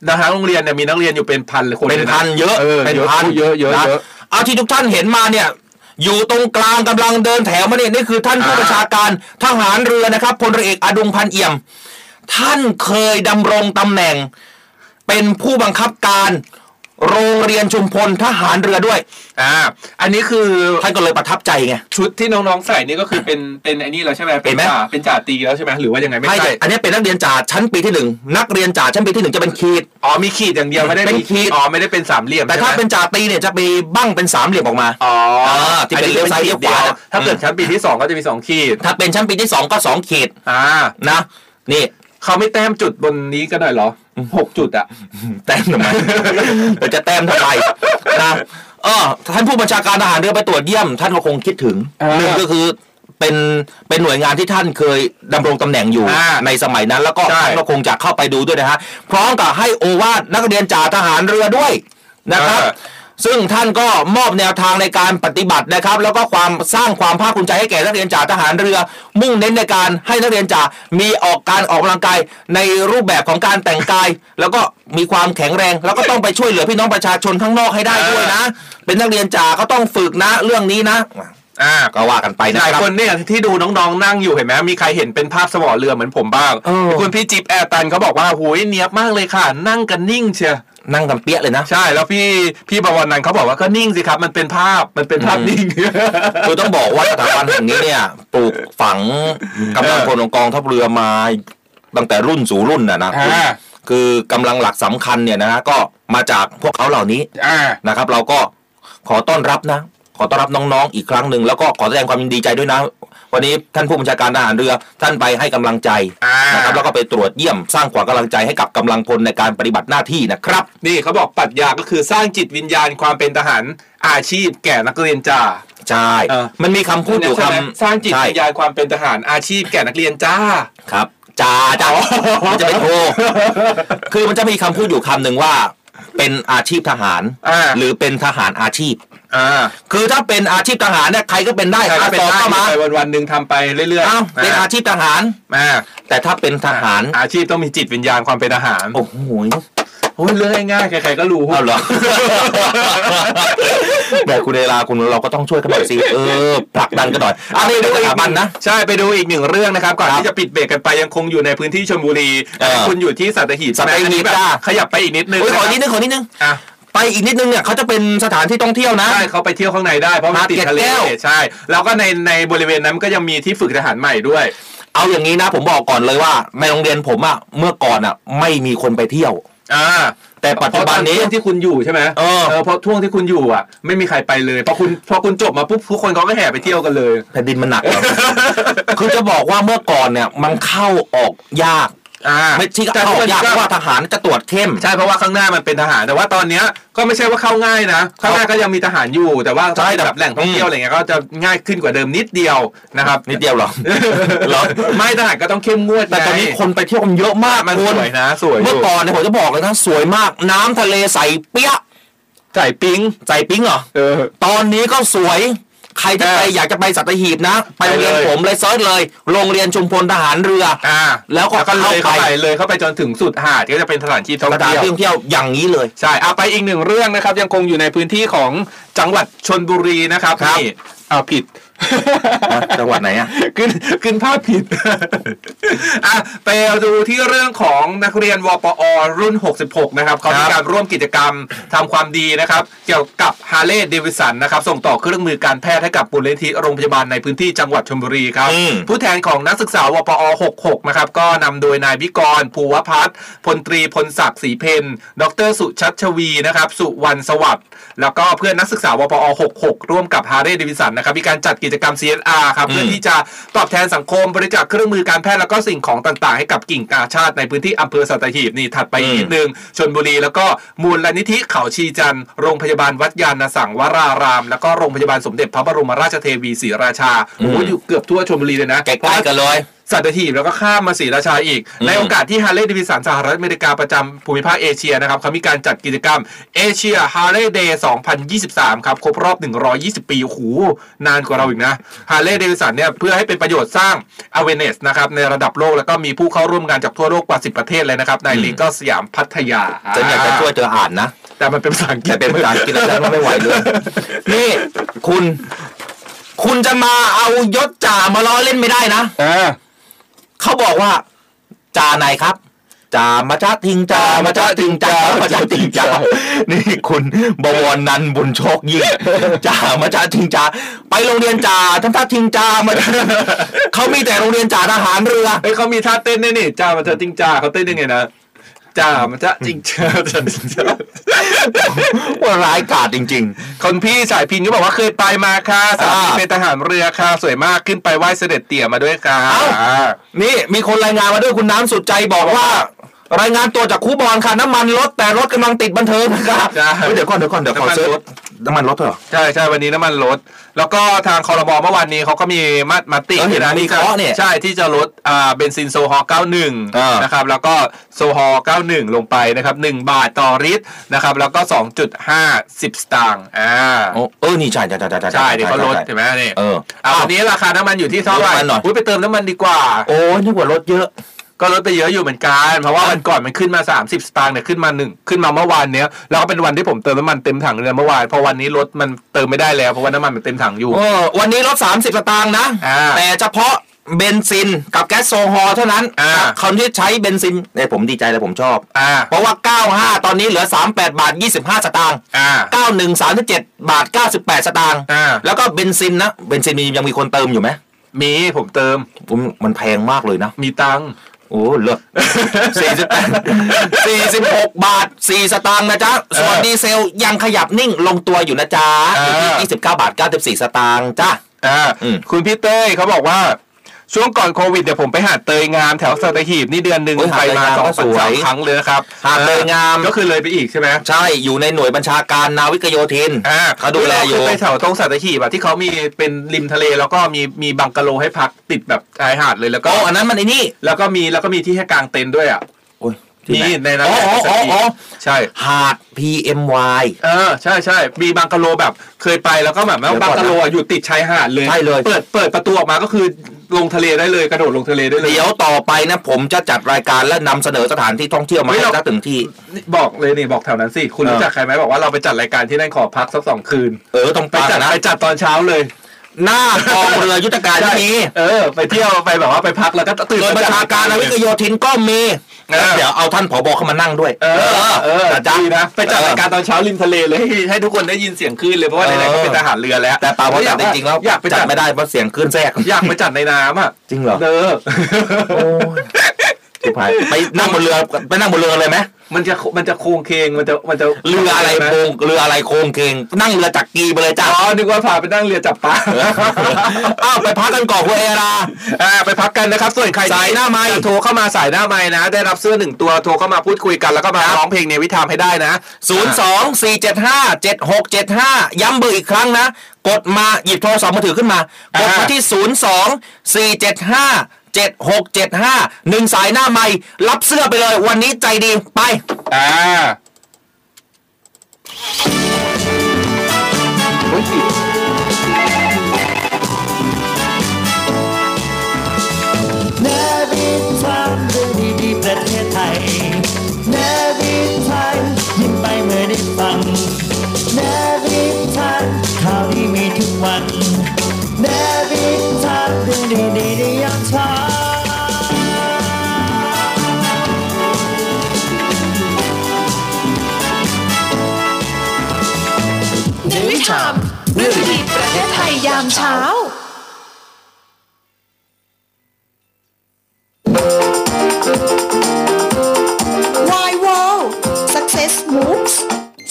นะฮะโรงเรียนเนี่ยมีนักเรียนอยู่เป็นพันเลยคน
เป็น
ลยะ
พันเยอะ
เออ
เป็น
เยอะ
พัน
เยอะเยอะ
น
เยอะ
เอาที่ทุกท่านเห็นมาเนี่ย อยู่ตรงกลางกำลังเดินแถวมาเนี่ยนี่คือท่านผู้
อ่า
ประชาการทหารเรือนะครับพลเรือเอกอดุงพันเอี่ยม ท่านเคยดำรงตำแหน่ง เป็นผู้บังคับการโรงเรียนชุมพลทหารเรือด้วย
อ่า อันนี้คือ
ท่านก็เลยประทับใจไง
ชุดที่น้องๆใส่นี่ก็คือเป็นเป็นไอ้นี่แล้วใช่ไหม
เป็นไหม
จ่าเป็นจ่าตีแล้วใช่ไหมหรือว่ายังไงไม่
ใช่
ใช่
อันนี้เป็นนักเรียนจ่าชั้นปีที่หนึ่งนักเรียนจ่าชั้นปีที่หนึ่งจะเป็นขีด
อ๋อมีขีดอย่างเดียวไม่ได้
เป็น
มี
ขีด
อ๋อไม่ได้เป็นสามเหลี่ยม
แต่ถ้า
ใช่ไหม
เป็นจ่าตีเนี่ยจะมีบ้างเป็นสามเหลี่ยมออกมา
อ๋ออา
ที่เป็น
อั
เลี้ยวซ้ายเลี้ยวขวา
ขีดถ้าเกิดชั้นปีที่สองก็จะมีสองขีด
ถ้าเป็นชั้นปีที่สองก็สองขีด
อ่า
นะนี่
เขาไม่แต้มจุดบนนี้ก็ได้เหรอหกจุดอะ
แต้มทำไม เราจะแต้มทำไมนะเออท่านผู้บัญชาการทหารเรือไปตรวจเยี่ยม ท่านก็คงคิดถึง
อ่า
หนึ่งก็คือเป็นเป็นหน่วยงานที่ท่านเคยดำรงตำแหน่งอยู่
อ่า
ในสมัยนั้นแล้วก็
ใช่
ท่านก็คงจะเข้าไปดูด้วยนะฮะพร้อมกับให้โอวาทนักเรียนจ่าทหารเรือด้วยนะครับ ซึ่งท่านก็มอบแนวทางในการปฏิบัตินะครับ แล้วก็ความสร้างความภาคภูมิใจให้แก่นักเรียนจ่าทหารเรือ มุ่งเน้นในการให้นักเรียนจ่ามีออกการออกกำลังกายในรูปแบบของการแต่งกาย แล้วก็มีความแข็งแรง แล้วก็ต้องไปช่วยเหลือพี่น้องประชาชนข้างนอกให้ได้ด้วยนะ เป็นนักเรียนจ่าก็ต้องฝึกนะเรื่องนี้นะ
อ่า
ก็ว่ากันไปนะ
หลาย
ครับ
คนเนี่ยที่ดูน้องๆนั่งอยู่เห็นไหมมีใครเห็นเป็นภาพสวอเรือเหมือนผมบ้าง
เออ
คุณพี่จิ๊บแอร์ตันเขาบอกว่าหุยเนียบมากเลยค่ะ นั่งกันนิ่งเชีย
นั่งทำเปี้ยเลยนะ
ใช่แล้วพี่พี่ประวันนันท์เขาบอกว่าก็นิ่งสิครับ มันเป็นภาพมันเป็นภาพนิ่ง
คือต้องบอกว่าสถาบันแห่งนี้เนี่ยปลูกฝังกำลังพลของกองทัพเรือมาตั้งแต่รุ่นสู่รุ่นนะนะ
อ่า
คือกำลังหลักสำคัญเนี่ยนะฮะก็มาจากพวกเขาเหล่านี้
อ่า
นะครับ เราก็ขอต้อนรับนะ ขอต้อนรับน้องๆอีกครั้งหนึ่งแล้วก็ขอแสดงความยินดีใจด้วยนะ วันนี้ท่านผู้บัญชาการทหารเรือท่านไปให้กำลังใจ
อ่า
นะครับแล้วก็ไปตรวจเยี่ยมสร้างขวัญกำลังใจให้กับกำลังพลในการปฏิบัติหน้าที่นะครับ
นี่เขาบอกปรัชญาก็คือสร้างจิตวิญญาณความเป็นทหารอาชีพแก่นักเรียนจ่า
ใช่
เออ
มันมีคำพูดอยู่
ใช่ไหม
คำ
สร้างจิต
ใช่
วิญญาณความเป็นทหารอาชีพแก่นักเรียนจ้า
ครับจ่าจ่ามันจะไปโทร คือมันจะมีคำพูดอยู่คำหนึ่งว่า เป็นอาชีพทหาร
อ่า
หรือเป็นทหารอาชีพ
อ่า
คือถ้าเป็นอาชีพทหารเนี่ยใครก็เป็นได้
ใคร
อา
ก็เป็น
สอบ
ได้
เข้ามา
ไปวันๆหนึ่งทำไปเรื่อยๆ
อ้าวเป็นอาชีพทหาร
อ่า
แต่ถ้าเป็นทหาร
อาชีพต้องมีจิตวิญญาณความเป็นทหาร
โอ้โห
โอ้ยเรื่องง่ายๆใครๆก็รู้
เอา เหรอ แบบคุณเอลาคุณเราก็ต้องช่วยกันหน่อยสิเออผลักดันกันหน่อยอันนี้ดูอีกมันนะ
ใช่ไปดูอีกหนึ่งเรื่องนะครับก่อน
ครับ
ที่จะปิดเบรกกันไปยังคงอยู่ในพื้นที่ชลบุรี
เออ
คุณอยู่ที่สัตหีบใช่ไหม
สัตหีบ
อันนี้แบบ
จ้า
ขยับไปอีกนิดนึง
โอ้ยขอนิด
ะ
นึงขอนิดนึง
อ่ะ
ไปอีกนิดนึงเนี่ยเขาจะเป็นสถานที่ท่องเที่ยวนะ
ใช่เขาไปเที่ยวข้างในได้เพราะมัน
หาด
ติด
เกล็ด
ทะเล
แก้ว
ใช่ แล้วก็ในในบริเวณนั้นก็ยังมีที่ฝึกทหารใหม่ด้วย
เอาอย่างนี้นะ ผมบอกก่อนเลยว่าในโรงเรียนผมอะเมื่อก่อนอะไม่มีคนไปเที่ยว
อ่า
แต่ปัจจุบันนี้
เพราะตอช่วงที่คุณอยู่ใช่ไหม
เออ
เพราะช่วงที่คุณอยู่อ่ะ ไม่มีใครไปเลยพอคุณพอคุณจบมาปุ๊บทุกคนเขาก็แห่ไปเที่ยวกันเลย
แผ่นดินมันหนักเหรอ คือจะบอกว่าเมื่อก่อนเนี่ยมันเข้าออกยาก
อ่า
ไม่ที่
แต่
เข้า
ทุ
อก อก
วันนี้
ยากเพราะว่าทหารจะตรวจเข้ม
ใช่เพราะว่าข้างหน้ามันเป็นทหารแต่ว่าตอนเนี้ยก็ไม่ใช่ว่าเข้าง่ายนะข้างหน้าก็ยังมีทหารอยู่แต่ว่า
ใช่
ถ้า
แต่
เป็นแบบแหล่งท่องเที่ยวอะไรเงี้ยก็จะง่ายขึ้นกว่าเดิมนิดเดียวนะครับ
นิดเดียวเหร อ เหรอ
ไม่ทหารก็ต้องเข้มงวด
แต่ตอนนี้
ไง
คนไปเที่ยวกันเยอะมาก
มัน
คุณ
สวยนะสวย
เมื่อยู่ ก่อนเนี่ยผมจะบอกเลยนะสวยมาก น้ำทะเลใสเปี้ยะ
ใส่ปิ๊ง
ใสปิ๊งเหรอ
เออ
ตอนนี้ก็สวย ใครที่ไป
เอออย
อากจะไปสัตหีบนะ ไป
ไป
โรงเรียน
เลย
ผมเลยเซิร์ชเลย โรงเรียนชุมพลทหารเรืออ
อ่า
แล้วก็
เลยเข้า
เข้า
ไป
ไป
เลยเข้าไปจนถึงสุดหาดก็จะเป็นสถานที่ท่อง
สถาน
เที่
ที่
ยว
ท่องเที่ยวอย่างนี้เลย
ใช่เอาไปอีกหนึ่งเรื่องนะครับ ยังคงอยู่ในพื้นที่ของจังหวัดชนบุรีนะครับ
ครับ
นี่เอาผิด
อ่ะจังหวัดไหนอ่ะ
ขึ้นขึ้นภาพผิด อ่ะไปดูที่เรื่องของนักเรียนวปอ รุ่น 66 นะครับเขามีการร่วมกิจกรรมทำความดีนะครับ เกี่ยวกับฮาร์เลย์เดวิสันนะครับ ส่งต่อเครื่องมือการแพทย์ให้กับมูลนิธิโรงพยาบาลในพื้นที่จังหวัดชลบุรีครับ
อืม
ผู้แทนของนักศึกษาวปอ 66 นะครับ ก็นำโดยนายวิกรณ์ภูวพัฒน์พลตรีพลศักดิ์ศรีเพนดรสุชัชวี นะครับ สุวรรณสวัสดิ์ แล้วก็เพื่อนนักศึกษาวปอ 66 ร่วมกับฮาร์เรย์เดวิสันนะครับ มีการจัดกิ กิจกรรม CSR ครับ
อืม
เพื่อที่จะตอบแทนสังคมบริจาคเครื่องมือการแพทย์แล้วก็สิ่งของต่างๆ ให้กับกิ่งกาชาติในพื้นที่อำเภอสัตหีบนี่ถัดไปอีกนิดนึงชนบุรีแล้วก็มูลนิธิเขาชีจันทร์โรงพยาบาลวัดยานสังวราราม แล้วก็โรงพยาบาลสมเด็จพระบรมราชเทวีศรีราชาโอ้โหอยู่เกือบทั่วชนบุรีเลยนะ
ใกล้ๆกันเลย
สัตหีบแล้วก็ข้ามมาศรีราชาอีก
อืม
ในโอกาสที่ฮาร์เลย์ดิวิสันสหรัฐอเมริกาประจำภูมิภาคเอเชียนะครับเขามีการจัดกิจกรรมเอเชียฮาร์เลย์เดย์2023 ครับ ครบรอบ 120 ปี โอ้โห นานกว่าเราอีกนะฮาร์เลย์เดวิสันเนี่ย เพื่อให้เป็นประโยชน์สร้าง awareness นะครับ ในระดับโลก แล้วก็มีผู้เข้าร่วมงานจากทั่วโลกกว่า 10 ประเทศเลยนะครับใน
อืม
ลีกก็สยามพัทยา
ฉันอยากจะช่วยเธออ่านนะ
แต่มันเป็นภาษาอังกฤ
แต่
ษ
เป็นภาษาอังกฤษแล้วฉันก็ไม่ไหวเลย นี่ คุณ คุณจะมาเอายศจ่ามาล้อเล่นไม่ได้นะ
อ่า
เขาบอกว่าจ่าไหนครับจ่ามาจ้าทิงจ่ามาจ้าทิงจ่ามาจ้าทิงจ่า นี่คุณบวรนันท์บุญโชคยิ่ง จ่ามาจ้าทิงจ่าไปโรงเรียนจ่าท่านท่าทิงจ่ามาจ้าเขามีแต่โรงเรียนจ่าทหารเรือ
เอ้ยเขามีท่าเต้นด้วยนี่จ้ามันจะจริงจ้าเขาเต้นยังไงนะจ้ามันจะจริงจ้า จะจริงจ้า
ว่าร้ายกาจจริง
คนพี่สายพินก็บอกว่าเคยไปมาค่ะสามี
อ่า
เป็นทหารเรือค่ะสวยมากขึ้นไปไหว้เสด็จเตี่ยมาด้วยค่ะ
ๆ นี่มีคนรายงานมาด้วยคุณน้ำสุดใจบอกว่า รายงานตัวจากคูบอลค่ะน้ำมันลดแต่รถกำลังติดบันเทิงนะครับเฮ้ยเดี๋ยวก่อนเดี๋ยวก่อนเดี๋ยวขอเซิร์ชน้ำมันลดเหรอ
ใช่ใช่วันนี้น้ำมันลด แล้วก็ทางคอรมอเมื่อวานนี้เขาก็มีมาตมาติ
เออเห็น
นะ
มี
ที่จะ
เคาะเนี่ย
ใช่ที่จะลดอ่าเบนซินโซฮอล์
อ่า
91
น
นะครับ แล้วก็โซฮอล์91 ลงไปนะครับ 1 บาทต่อลิตรนะครับ แล้วก็ 2.5 10 สตางค์อ่า
โอ้เออนี่ใช่ใช่ใช่ใช่
ใช่เดี๋ยวเขาลด
ใช่
เห็นไหมนี่
เออ
อ่ะ
อ้าว
วันนี้ราคาน้ำมันอยู่ที่เท่าไหร่
ลดน้ำมันหน่อย
อุ้ยไปเติมน้ำมันดีกว่า
โอ้ยนึกว่ารถเยอะ
ก็ลดไปเยอะอยู่เหมือนกัน เพราะว่าวันก่อนมันขึ้นมา 30 สตางค์เนี่ยขึ้นมาหนึ่งขึ้นมาเมื่อวานเนี้ยแล้วก็เป็นวันที่ผมเติมน้ำมันเต็มถังเลยเมื่อวานเพอวันนี้รถมันเติมไม่ได้แล้วเพราะว่าน้ำมันมันเต็มถังอยู่
เออวันนี้ลด 30 สตางค์นะ
อ่า
แต่เฉพาะเบนซินกับแก๊สโซฮอลเท่านั้น
อ่า
กับคนที่ใช้เบนซินเนี่ยผมดีใจเลยผมชอบ
อ่า
เพราะว่า 95 ตอนนี้เหลือ 38 บาท 25 สตางค์
อ่า
91 37 บาท 98 สตางค์
อ่า
แล้วก็เบนซินนะ เบนซินมียังมีคนเติมอยู่ไหม
มีผมเติม
ผมมันแพงมากเลยนะ
มีตังค์
โอ้เลิศ48 46 บาท 4 สตางค์นะจ๊ะ ส่วน
เออ
ดีเซลยังขยับนิ่งลงตัวอยู่นะจ๊ะอยู่
เออ
ที่
อ
29 บาท 94 สตางค์จ้ะ
อ่า
อืม
คุณพี่เต้ยเขาบอกว่าช่วงก่อนโควิดเดี๋ยวผมไปหาดเตยงามแถวสัตหีบนี่เดือนหนึ่ง
โอ้ยหา
ไป
ดเต
มาง
ยาม
สอง
ก็
สา
สวย
มครั้งเลยนะครับ
หาดเตยงาม
ก็คือเลยไปอีกใช่ไหม
ใช่ อยู่ในหน่วยบัญชาการนาวิกโยธิน
อ่า
เขาดูแลอยู่
เราเคไปแถวตรงสัตหีบอะที่เขามีเป็นริมทะเลแล้วก็มีมีบังกะโลให้พักติดแบบชายหาดเลยแล้วก็
โอ้อันนั้นมันไอ้นี่
แล้วก็มีแล้วก็มีที่ให้กางเต็นท์ด้วยอ่ะ
โอ้ยที่
นี่ในนั้น
อ๋ออ๋ออ๋ออ๋อ
ใช่
หาด PMY
เออใช่ใช่มีบังกะโลแบบเคยไปแล้วก็แบบว่า
เดี๋ยวก่
บั
องนนะ
กะโลอะอยู่ติดชายหาดเลย
ใช่เลย
เปิดเปิดประตูออกมาก็คือลงทะเลได้เลยกระโดดลงทะเลได้เลย
เดี๋ยวต่อไปนะ ผมจะจัดรายการและนำเสนอสถานที่ท่องเที่ยวมา
เฮ้ย
ให้
เรา
จ้าถึงที่
นี่บอกเลยนี่บอกแถวนั้นสิคุณ
เออ
รู้จักใครไหมบอกว่าเราไปจัดรายการที่นั่นขอพักสักสองคืน
เออต้อง
ไป
ไป
จัด
นะ
ไปจัดตอนเช้าเลย
หน้ากองเรือยุทธการที่มี
เออ ไปเที่ยวไปแบบว่าไปพักแล้วก็ตื่น
หน่วย
ม
บัญ
ด
ชาการนาวิกโยธินก็มี
เออ
เดี๋ยวเอาท่านผบเข้ามานั่งด้วย
เออเออ
นะจ๊ะ
ดีนะไปจัด
เออ
รายการตอนเช้าริมทะเลเลยให้ให้ทุกคนได้ยินเสียงคลื่นเลยเพราะว่า
เอ
ไห
อ
นๆก็เป็นทหารเรือแล้ว
แต่เปล่าว่า
อ
จั
ย
ด
ก
จริงๆแล้ว
อยากไป
จั
จั
ด
ด
ไม่ได้เพราะเสียงคลื่นแทรก
อยากไปจัดในน้ำอ่ะ
จริงเหรอ
เด้อ
โอ้ยชิบหายไปนั่งบนเรือไปนั่งบนเรือเลยไหม
มันจะมันจะโค้งเคงมันจะมันจะ
เรืออะไร
น
โคงเรืออะไรโคงเคงนั่งเรือจักรีไปเลยจ้า
อ๋อนึกว่าพาไปนั่งเรือจับปลา
อ้าวไปพักกันก่อนคุณเอรา
อ่าไปพักกันนะครับส่วนใครที่
สายหน้าไมค์
จะโทรเข้ามาสายหน้าไม้นะ ได้รับเสื้อหนึ่งตัวโทรเข้ามาพูดคุยกันแล้วก็มา
ครับ
ร้องเพลงเนวิธามให้ได้นะ
0 2 4 7 5 7 6 7 5 ย้ำเบอร์อีกครั้งนะ กดมาหยิบโทรศัพท์มือถือขึ้นมา กดมาที่ 0 2 4 7 5 7 6 7 5 หนึ่งสายหน้าไม่รับเสื้อไปเลยวันนี้ใจดีไป
อ่าเฮ้ย
นวิทามเรื่องดีๆประเทศไทยนวิทานยิ้มไปเมื่อได้ฟังนวิทานข่าวดีมีทุกวันนวิทานเรื่องดีๆในยามเช้า
เนวิทามเรื่องดีๆประเทศไทยยามเช้า
Why Wow Success Moves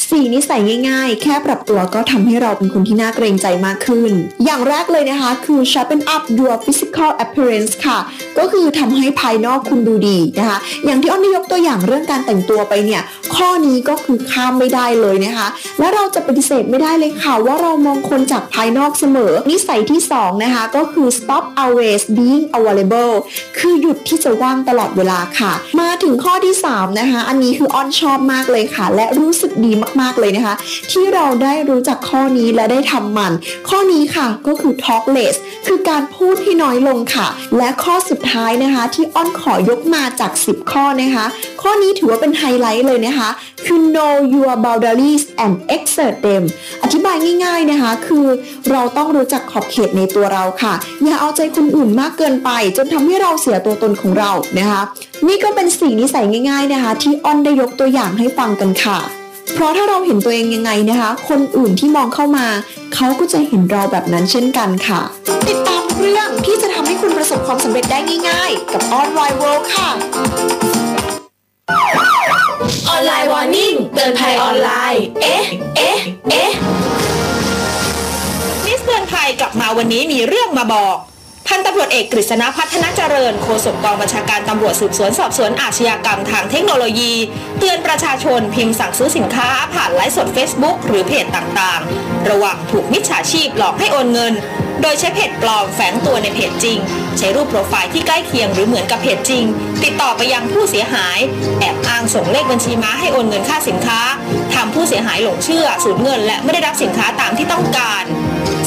สี
สี่นิสัยง่ายๆ แค่ปรับตัวก็ทำให้เราเป็นคนที่น่าเกรงใจมากขึ้น อย่างแรกเลยนะคะคือ sharpen up your physical appearance ค่ะ ก็คือทำให้ภายนอกคุณดูดีนะคะ อย่างที่อ้อนได้ยกตัวอย่างเรื่องการแต่งตัวไปเนี่ย ข้อนี้ก็คือข้ามไม่ได้เลยนะคะ และเราจะปฏิเสธไม่ได้เลยค่ะ ว่าเรามองคนจากภายนอกเสมอ นิสัยที่ 2 นะคะ ก็คือ stop always being available คือหยุดที่จะว่างตลอดเวลาค่ะ มาถึงข้อที่ 3 นะคะ อันนี้คืออ้อนชอบมากเลยค่ะ และรู้สึกดีมากๆเลยนะคะ ที่เราได้รู้จักข้อนี้และได้ทำมัน ข้อนี้ค่ะก็คือ talk less คือการพูดให้น้อยลงค่ะ และข้อสุดท้ายนะคะ ที่อ้อนขอยกมาจาก 10 ข้อนะคะ ข้อนี้ถือว่าเป็นไฮไลท์เลยนะคะ คือ know your boundaries and exert them อธิบายง่ายๆนะคะ คือเราต้องรู้จักขอบเขตในตัวเราค่ะ อย่าเอาใจคนอื่นมากเกินไป จนทำให้เราเสียตัวตนของเรานะคะ นี่ก็เป็นสี่นิสัยง่าย ๆนะคะ ที่อ้อนได้ยกตัวอย่างให้ฟังกันค่ะ เพราะถ้าเราเห็นตัวเองยังไงนะคะ คนอื่นที่มองเข้ามา เขาก็จะเห็นเราแบบนั้นเช่นกันค่ะ ติดตามเรื่องที่จะทำให้คุณประสบความสำเร็จได้ง่ายๆ กับออนไลน์เวิลด์ค่ะ
ออนไลน์วอร์นิ่งเตือนภัยออนไลน์ เอ๊ะ เอ๊ะ เอ๊ะ
นิสเตือนภัยกลับมาวันนี้มีเรื่องมาบอก พันตำรวจเอกกฤษณพัฒนาเจริญโฆษกกองบัญชาการตำรวจสืบสวนสอบสวนอาชญากรรมทางเทคโนโลยี เตือนประชาชนพิมพ์สั่งซื้อสินค้าผ่านไลฟ์สด Facebook หรือเพจต่างๆ ระวังถูกมิจฉาชีพหลอกให้โอนเงิน โดยใช้เพจปลอมแฝงตัวในเพจจริง ใช้รูปโปรไฟล์ที่ใกล้เคียงหรือเหมือนกับเพจจริง ติดต่อไปยังผู้เสียหาย แอบอ้างส่งเลขบัญชีม้าให้โอนเงินค่าสินค้าทำผู้เสียหายหลงเชื่อสูญเงิน และไม่ได้รับสินค้าตามที่ต้องการ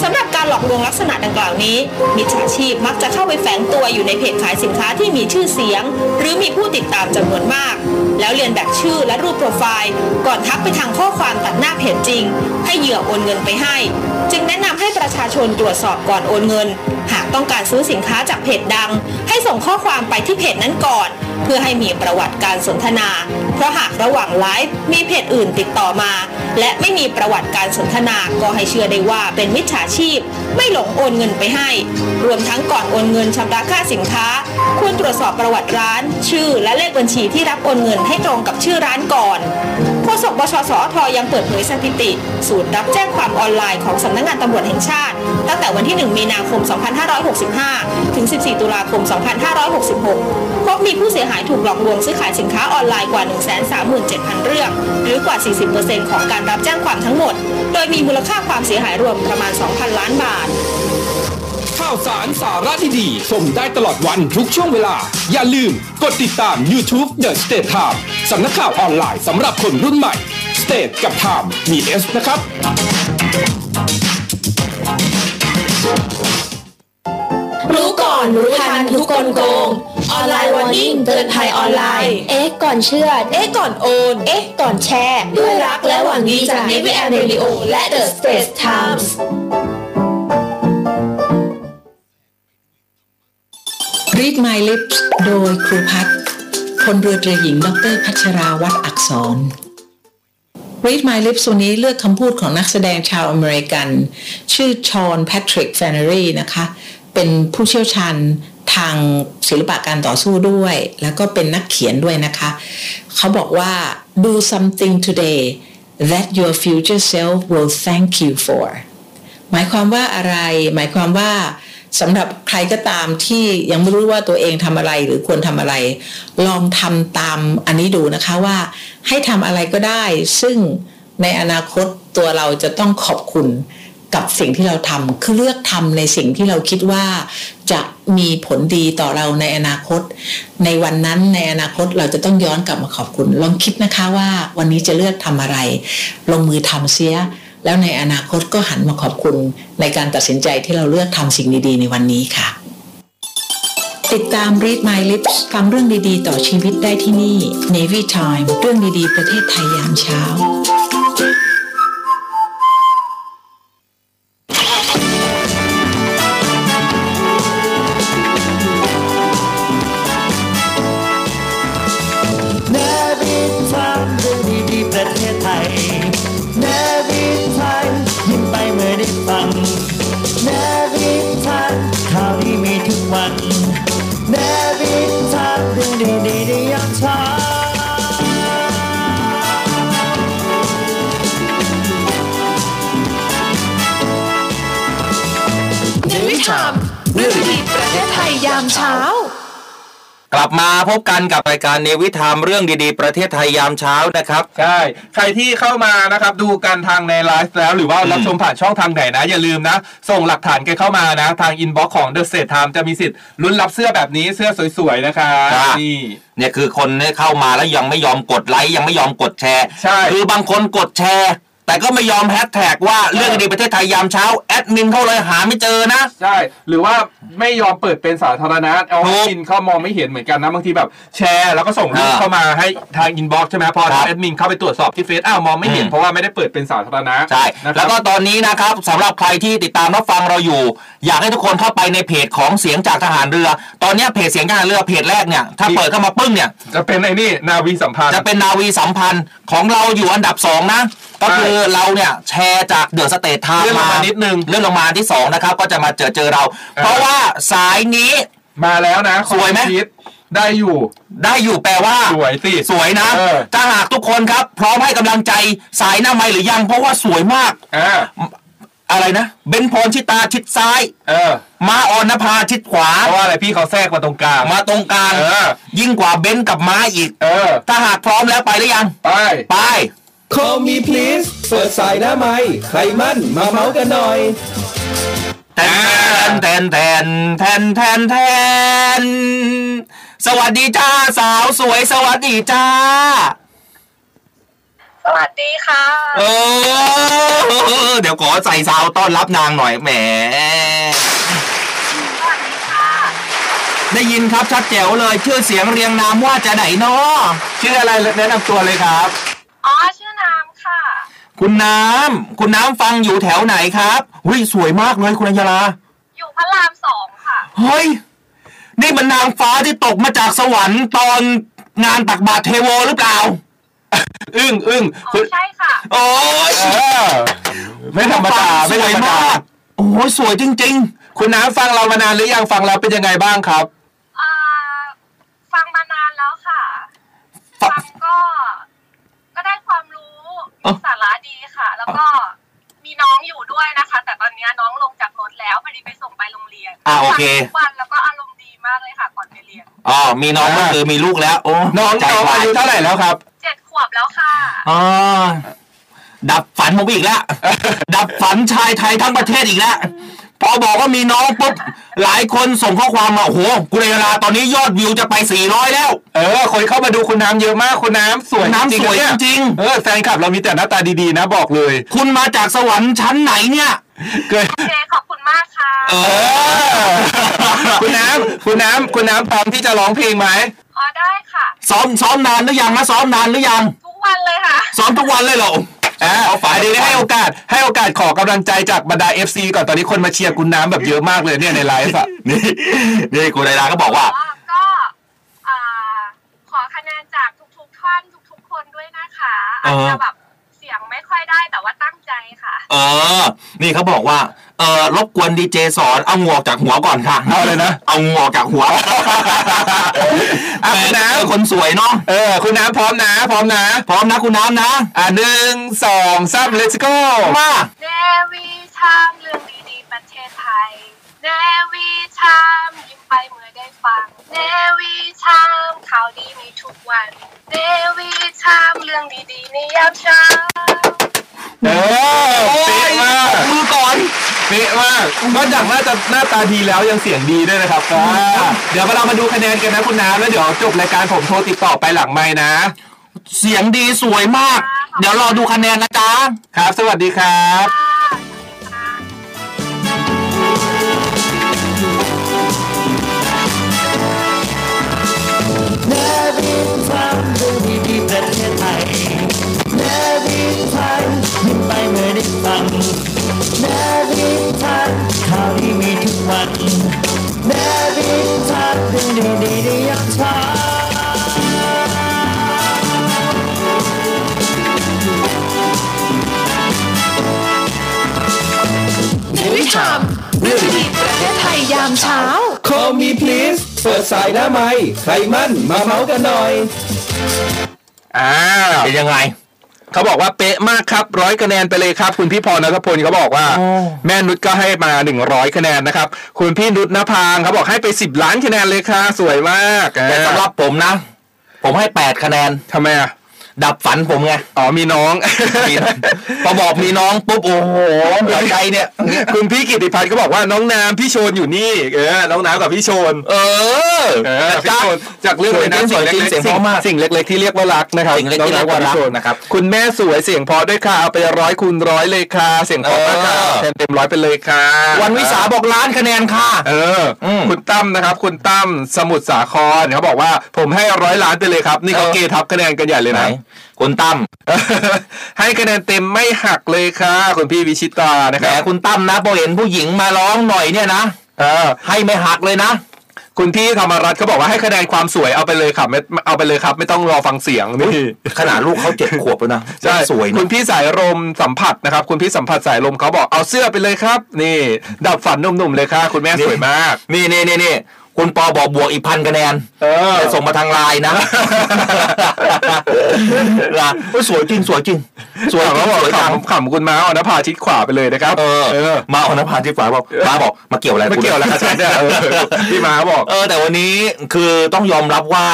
สำหรับการหลอกลวงลักษณะดังกล่าวนี้ มิจฉาชีพมักจะเข้าไปแฝงตัวอยู่ในเพจขายสินค้าที่มีชื่อเสียง หรือมีผู้ติดตามจำนวนมาก แล้วเรียนแบบชื่อและรูปโปรไฟล์ ก่อนทักไปทางข้อความตัดหน้าเพจจริง ให้เหยื่อโอนเงินไปให้ จึงแนะนำให้ประชาชนตรวจสอบก่อนโอนเงิน หากต้องการซื้อสินค้าจากเพจดัง ให้ส่งข้อความไปที่เพจนั้นก่อน เพื่อให้มีประวัติการสนทนา เพราะหากระหว่างไลฟ์มีเพจอื่นติดต่อมา และไม่มีประวัติการสนทนาก็ให้เชื่อได้ว่าเป็นมิจฉาชีพ ไม่หลงโอนเงินไปให้ รวมทั้งก่อนโอนเงินชำระค่าสินค้า ควรตรวจสอบประวัติร้าน ชื่อ และเลขบัญชีที่รับโอนเงินให้ตรงกับชื่อร้านก่อนโฆษกบชสอทยังเปิดเผยสถิติ ศูนย์รับแจ้งความออนไลน์ของสำนักงานตำรวจแห่งชาติ ตั้งแต่วันที่ 1 มีนาคม 2565 ถึง 14 ตุลาคม 2566 พบมีผู้เสียหายถูกหลอกลวงซื้อขายสินค้าออนไลน์กว่า 137,000 เรื่อง หรือกว่า 40%ของการรับแจ้งความทั้งหมด โดยมีมูลค่าความเสียหายรวมประมาณ 2,000 ล้านบาท
ข่าวสารสาระดีๆชมได้ตลอดวันทุกช่วงเวลา อย่าลืมกดติดตาม YouTube The State Time สำนักข่าวออนไลน์สำหรับคนรุ่นใหม่ State กับ Time มี S นะครับ
รู้ก่อนรู้ทันทุกกลโกง ออนไลน์วอร์นิ่งเตือนภัยออนไลน์
เอ๊ะ ก่อนเชื่อ
เอ๊ะ ก่อนโอน เอ๊ะ
ก่อนแชร์
ด้วยรักและหวังดีจากเนวิแอมเรดิโอและเดอะสเตทไทมส์
Read My Lips โดยครูพัฒน์พลเรือตรีหญิง ดรพัชราวัตรอักษร Read My Lips วันนี้เลือกคำพูดของนักแสดงชาวอเมริกัน ชื่อชอนแพทริกแฟนเนอรีนะคะ เป็นผู้เชี่ยวชาญทางศิลปะการต่อสู้ด้วย แล้วก็เป็นนักเขียนด้วยนะคะ เขาบอกว่า do something today that your future self will thank you for หมายความว่าอะไร หมายความว่าสำหรับใครก็ตามที่ยังไม่รู้ว่าตัวเองทำอะไรหรือควรทำอะไร ลองทำตามอันนี้ดูนะคะว่า ให้ทำอะไรก็ได้ ซึ่งในอนาคตตัวเราจะต้องขอบคุณกับสิ่งที่เราทำคือเลือกทำในสิ่งที่เราคิดว่า จะมีผลดีต่อเราในอนาคต ในวันนั้นในอนาคตเราจะต้องย้อนกลับมาขอบคุณ ลองคิดนะคะว่าวันนี้จะเลือกทำอะไร ลงมือทำเสีย แล้วในอนาคตก็หันมาขอบคุณในการตัดสินใจที่เราเลือกทำสิ่งดีๆ ในวันนี้ค่ะ ติดตาม Read My Lips ฟังเรื่องดีๆ ต่อชีวิตได้ที่นี่ Navy Time เรื่องดีๆ ประเทศไทยยามเช้า
นวิทามเรื่องดีๆประเทศไทยนวิทามยิ้มไปเมื่อได้ฟังนวิทามข่าวดีมีทุกวันนวิทามเรื่องดีๆในยามเช้า
ชามเรื่องดีๆประเทศไทยยามเช้า
กลับมาพบกันกับรายการเนวิทามเรื่องดีๆ ประเทศไทยยามเช้านะครับ
ใช่ ใครที่เข้ามานะครับดูกันทางในไลฟ์แล้ว หรือว่ารับชมผ่านช่องทางไหนนะ อย่าลืมนะ ส่งหลักฐานแกนเข้ามานะ ทางอินบ็อกซ์ของ The s e t Time จะมีสิทธิ์ลุ้นรับเสื้อแบบนี้เสื้อสวยๆนะคะ
จ้ะ
นี่
เนี่ยคือคนที่เข้ามาแล้วยังไม่ยอมกดไลค์ยังไม่ยอมกดแชร์
ใช่
คือบางคนกดแชร์ แต่ก็ไม่ยอมแฮชแท็กว่าเรื่องดีๆประเทศไทยยามเช้าแอดมินเขาเลยหาไม่เจอนะ
ใช่ หรือว่าไม่ยอมเปิดเป็นสาธารณะเอาให้
ถูก
อินเข้ามองไม่เห็นเหมือนกันนะ บางทีแบบแชร์ แล้วก็ส่งรูป
อ่า
เข้ามาให้ทางอินบ็อกซ์ใช่ไหมพอ
ครับ
แอดมินเข้าไปตรวจสอบที่เฟซอ้าวมองไม่เห็น
อืม
เพราะว่าไม่ได้เปิดเป็นสาธารณะ
ใช่
นะครับ
แล้วก็ตอนนี้นะครับสำหรับใครที่ติดตามรับฟังเราอยู่ อยากให้ทุกคนเข้าไปในเพจของเสียงจากทหารเรือ ตอนเนี้ยเพจเสียงจากทหารเรือเพจแรกเนี่ยถ้า
ดี
เปิดเข้ามาปึ้งเนี่ย
จะเป็นไอ้นี่นาวีสัมพันธ์
จะเป็นนาวีสัมพันธ์ของเราอยู่อันดับ 2 นะ ก็
ใช่
คือเราเนี่ยแชร์จากเดอะสเตทไทม์
เลื่อนลงมานิดนึง
เลื่อนลงมาที่ 2 นะครับ ก็จะมาเจอเจอเรา
อ่า
เพราะว่าสายนี้
มาแล้วนะ
สวยไหม
คอคิดได้อยู่
ได้อยู่แปลว่า
สวยสิ
สวยนะ
เออ
ถ้าหากทุกคนครับ พร้อมให้กำลังใจสายหน้าไม่หรือยัง เพราะว่าสวยมาก
อ่า
อะไรนะ เบนพรชิตาชิดซ้าย
เออ
มาออนนภาชิดขวา
เพราะว่าอะไรพี่เขาแทรกมาตรงกลาง
มาตรงกลาง
เออ
ยิ่งกว่าเบนกับม้าอีก
เออ
ถ้าหากพร้อมแล้วไปหรือยัง
ไป
ไป
Call me please เปิดสายหน้าไม้ใครมั่นมาเมาส์กันหน่อย
แทนแทนแทนแทนแทนแทน สวัสดีจ้าสาวสวยสวัสดีจ้า
สวัสดีค่ะ
เออ เดี๋ยวขอใส่ซาวต้อนรับนางหน่อยแหม
สวัสดีค่ะ
ได้ยินครับชัดแจ๋วเลยชื่อเสียงเรียงนามว่าจะไหนเนาะชื่ออะไรแนะนำตัวเลยครับ
อ๋อ ชื่อน้ำค่ะ
คุณน้ำคุณน้ำฟังอยู่แถวไหนครับอุ้ยสวยมากเลยคุณอัญญาลา
อยู่พระรามสองค่ะ
เฮ้ย นี่มันนางฟ้าที่ตกมาจากสวรรค์ตอนงานตักบาตรเทโวหรือเปล่า
อึ้งอึ้ง
อ๋
คุ
อ
ณ
ใช่ค่ะ
โอ้ย
เออไม่ธรรมดาไม่ธรรมดา
โอ้ยสวยจริง
คุณน้ำฟังเรามานานหรือยังฟังเราเป็นยังไงบ้างครับ
อ่า ฟังมานานแล้วค่ะ
ฟัง
ฟังก็ ก็ได้ความรู้
เอ้า
มีสาระดีค่ะ แล้วก็มีน้องอยู่ด้วยนะคะ แต่ตอนนี้น้องลงจากรถแล้วพอดีไปส่งไปโรงเรียน
อ่าโอเค
ฟังทุกวันแล้วก็อารมณ์ดีมากเลยค่ะ ก่อนไปเรียน
ๆอ๋อมีน้องก็คือมีลูกแล้ว โอ้
น้อง
ใจ
น้อง
วา
อายยุเท่าไหร่แล้วครับ
เจ็ดขวบแล้วค่ะ
อ๋อดับฝันผมอีกแล้ว ดับฝันชายไทยทั้งประเทศอีกแล้ว พอบอกว่ามีน้องปุ๊บ หลายคนส่งข้อความมา โอ้โหกุเรลาตอนนี้ยอดวิวจะไป 400 แล้ว
เออ คนเข้ามาดูคุณน้ำเยอะมากคุณน้ำสวย
น้ำ
จริง
ส
ๆ
วย
เนี่ย
จริง
เออแฟนคลับเรามีแต่หน้าตาดีๆนะบอก เลย
ๆ คุณมาจากสวรรค์ชั้นไหนเนี่ย
เกิน
โอเค ขอบคุณมากค่ะ
เออคุณน้ำคุณน้ำคุณน้ำพร้อมที่จะร้องเพลงไหม
อ๋อ ได้ค่ะ
ซ้อมซ้อมนานหรือยังนะซ้อมนานหรือยัง
ทุกวันเลยค่ะ
ซ้อมทุกวันเลยเหรอ
อ่า
เอาฝ่าย
อันนี้ได้ให้โอกาสให้โอกาสขอกำลังใจจากบรรดา FC ก่อนตอนนี้คนมาเชียร์คุณน้ำแบบเยอะมากเลยเนี่ยในไลฟ์อะ
นี่นี่กูไดราก็บอกว่า
ก็ก็อ่าขอคะแนนจากทุกๆท่านทุกๆคนด้วยนะคะ
เอ
อาจ
อ
จะแบบเสียงไม่ค่อยได้แต่ว่าตั้งใจค่ะ
เออ นี่เขาบอกว่า เออรบกวนดีเจสอนเอางวออกจากหัวก่อนค่ะ
เอาเลยนะ
เอางวออกจากหัว
อ่ะ
แหม่
คุณน้
เจอคนสวยเนาะ
ำเออคุณน้ำพร้อมนะพร้อมนะ
พร้อมนะคุณน้ำนะ
อ่ะหนึ่งสองสาม let's go
มา
เนวีชามเรื่องดีๆประเทศไทย เนวีชามยิ้มไปเมื่อได้ฟัง เนวีชามข่าวดีมีทุกวัน เนวีชามเรื่องดีๆในยามเช้า
เออ
โอ้
เป๊ะ
ย
มาก
มือก่อน
เป๊ะมากนอกจากหน้าตาหน้าตาดีแล้วยังเสียงดีด้วยนะครับอ่าเดี๋ยวเรามาดูคะแนนกันนะคุณน้ำแล้วเดี๋ยวจบรายการผมโทรติดต่อไปหลังไม้นะ
เสียงดีสวยมาก เดี๋ยวรอดูคะแนนนะจ๊ะ
ครับ สวัสดีครับ
นวิทามเรื่องดีๆประเทศไทยนวิทามยิ้มไปเมื่อได้ฟังนวิทามข่าวดีมีทุกวันนวิทามเรื่องดีๆในยามเช้า
ในวิชามเรื่องดีๆประเทศไทยยามเช้า
Call me please เปิดสายหน้าไม้ใครมั่นมาเมาส์กันหน่อย
อ่า
เป็นยังไง
เขาบอกว่าเป๊ะมากครับร้อยคะแนนไปเลยครับ คุณพี่พรนัทพลเขาบอกว่า แม่นุชก็ให้มาหนึ่งร้อยคะแนนนะครับ คุณพี่นุชนภางเขาบอกให้ไปสิบล้านคะแนนเลยค่ะสวยมาก
แต่สำหรับผมนะ ผมให้ 8 คะแนน
ทำไมอ่ะ
ดับฝันผม ไง
อ๋อมีน้อง
มีพอบอกมีน้องปุ๊บ โอ้โหหัวใจเนี่ย
คุณพี่กิติพันธ์ก็บอกว่าน้องน้ำพี่โชนอยู่นี่เออน้องน้ำกับพี่โชน
เออ
เออพี่
จ้า
โชนจากเรื่องเลยนะ
สวยจริงสวยจริงเสียงเพราะมาก
สิ่งเล็กๆที่เรียกว่ารักนะครับ
สิ่งเล็กๆที่เรียกว่ารัก
น้องน้ำบพี่โชน
นะครับ
คุณแม่สวยเสียงเพอด้วยค่ะเอาไปร้อยคูณร้อยเลยค่ะเสียงเพอมากค่ะ
เออ
แทนเต็มร้อยไปเลยค่ะ
วันวิสาบอกล้านคะแนนค่ะ
เอออ
ม
คุณตั้มนะครับ คุณตั้มสมุทรสาครเขาบอกว่าผมให้ร้อยล้านไปเลยครับ นี่เขา
เออ
เกทับคะแนนกันใหญ่เลย
ไหน
นะ
คุณตั้ม
ให้คะแนนเต็มไม่หักเลยค่ะคุณพี่วิชิตานะ
แห
ค
ม
รับ
คุณตั้มนะพอเห็นผู้หญิงมาร้องหน่อยเนี่ยนะ
เออ
ให้ไม่หักเลยนะ
คุณพี่ธรรมรัตน์เขาบอกว่าให้คะแนนความสวยเอาไปเลยครับไม่เอาไปเลยครับ ไม่ต้องรอฟังเสียงนี่
ขนาดลูกเขาเจ็ดขวบแล้วนะ
ใช่
สวย
คุ
นะ
ณพี่สายลมสัมผัสนะครับ คุณพี่สัมผัสสายลมเขาบอกเอาเสื้อไปเลยครับ นี่ ดับฝันหนุ่มๆเลยค่ะ คุณแม่สวยมาก
นี่นี่นี่นี่คุณปอบอกบวกอีกพันคะแนน
เออ
แต่ส่งมาทางไลน์นะล่ะโอ้ยสวยจริงสวยจริง สวยจริ
เขา
ง
บอก
สวยจัง
ขำขำคุณม้าออนภาชิดขวาไปเลยนะครับ
เออ
เออ
มาเอาน้ำพานที่ฝาบอกฟ้าบอก มาเกี่ยวอะไร
ไม่เกี่ยว แล้วครับฉันเนี่ยเออพี่ม้าบอก
เออ แต่วันนี้คือต้องยอมรับว่า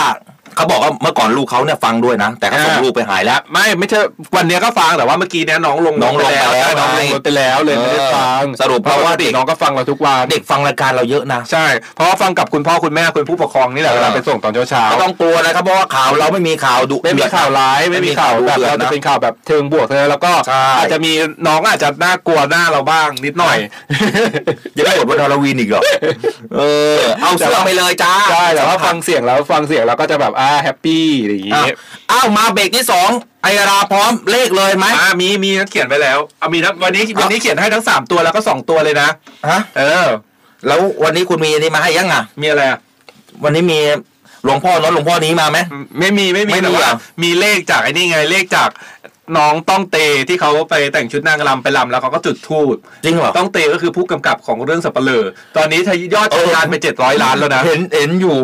เขาบอกว่าเมื่อก่อนลูกเขาเนี่ยฟังด้วยนะ แต่เขาส่ง
อ่า
ลูกไปหายแล้ว
ไม่ไม่ใช่วันเนี้ยก็ฟังแต่ว่าเมื่อกี้เนี้ยน้องลง
น้องลงไปแล้ว
น้องลงรถไปแล้วเลยไม่ได้ฟัง
เออสรุปเพราะว่าเด็ก
น้องก็ฟังเราทุกวัน
เด็กฟังรายการเราเยอะนะ
ใช่ เพราะว่าฟังกับคุณพ่อคุณแม่คุณผู้ปกครองนี่แหละ
เออ
เวลาไปส่งตอนเช้า
ก็ต้องกลัวนะครับเพราะว่าข่าวเราไม่มีข่าวดุ
ๆไม่มีข่าวร้ายไม่มีข่าวแบบ
ดุ
เรา
ดื
จะ
อด
เป็น
นะ
ข่าวแบบเทิงบวกเท่านั้นแล้วก็
ใช่
อาจจะมีน้องอาจจะน่ากลัวหน้าเราบ้างนิดหน่อย
ยังไม่หมดวันฮาโลวีนอีกเหรอ เออ เอาเสื้อไปเลยจ้า
ใช่แต่ว่าฟังเสียงแล้วฟังเสียงแล้วก็จะแบบอ่าแฮปปี้อะไรอย่าง
อ่ะ
งี้
อ้าวมาเบรกที่สองไอราพร้อมเลขเลยไหม
อ่ามีมีเขียนไปแล้วเอามีทั้งวันนี้วันนี้เขียนให้ทั้งสามตัวแล้วก็สองตัวเลยนะ
ฮะ
เออ
แล้ววันนี้คุณมีอันนี้มาให้ยังอ่ะ
มีอะไรอ่ะ
วันนี้มีหลวงพ่อโน้นหลวงพ่อนี้มาไหม
ไม่มีไม่มี
ไม่มี
แต่
เห
ว่าร
อ
มีเลขจากไอ้นี่ไงเลขจากน้องต้องเตที่เขาไปแต่งชุดนางรำไปรำแล้วเขาก็จุดธูป
จริงเหรอ
ต้องเตก็คือผู้กำกับของเรื่องสับปะเลอตอนนี้ทะยอด
เออ
ทำงานไป 700 ล้านแล้วนะ
เห็นเห็นอยู่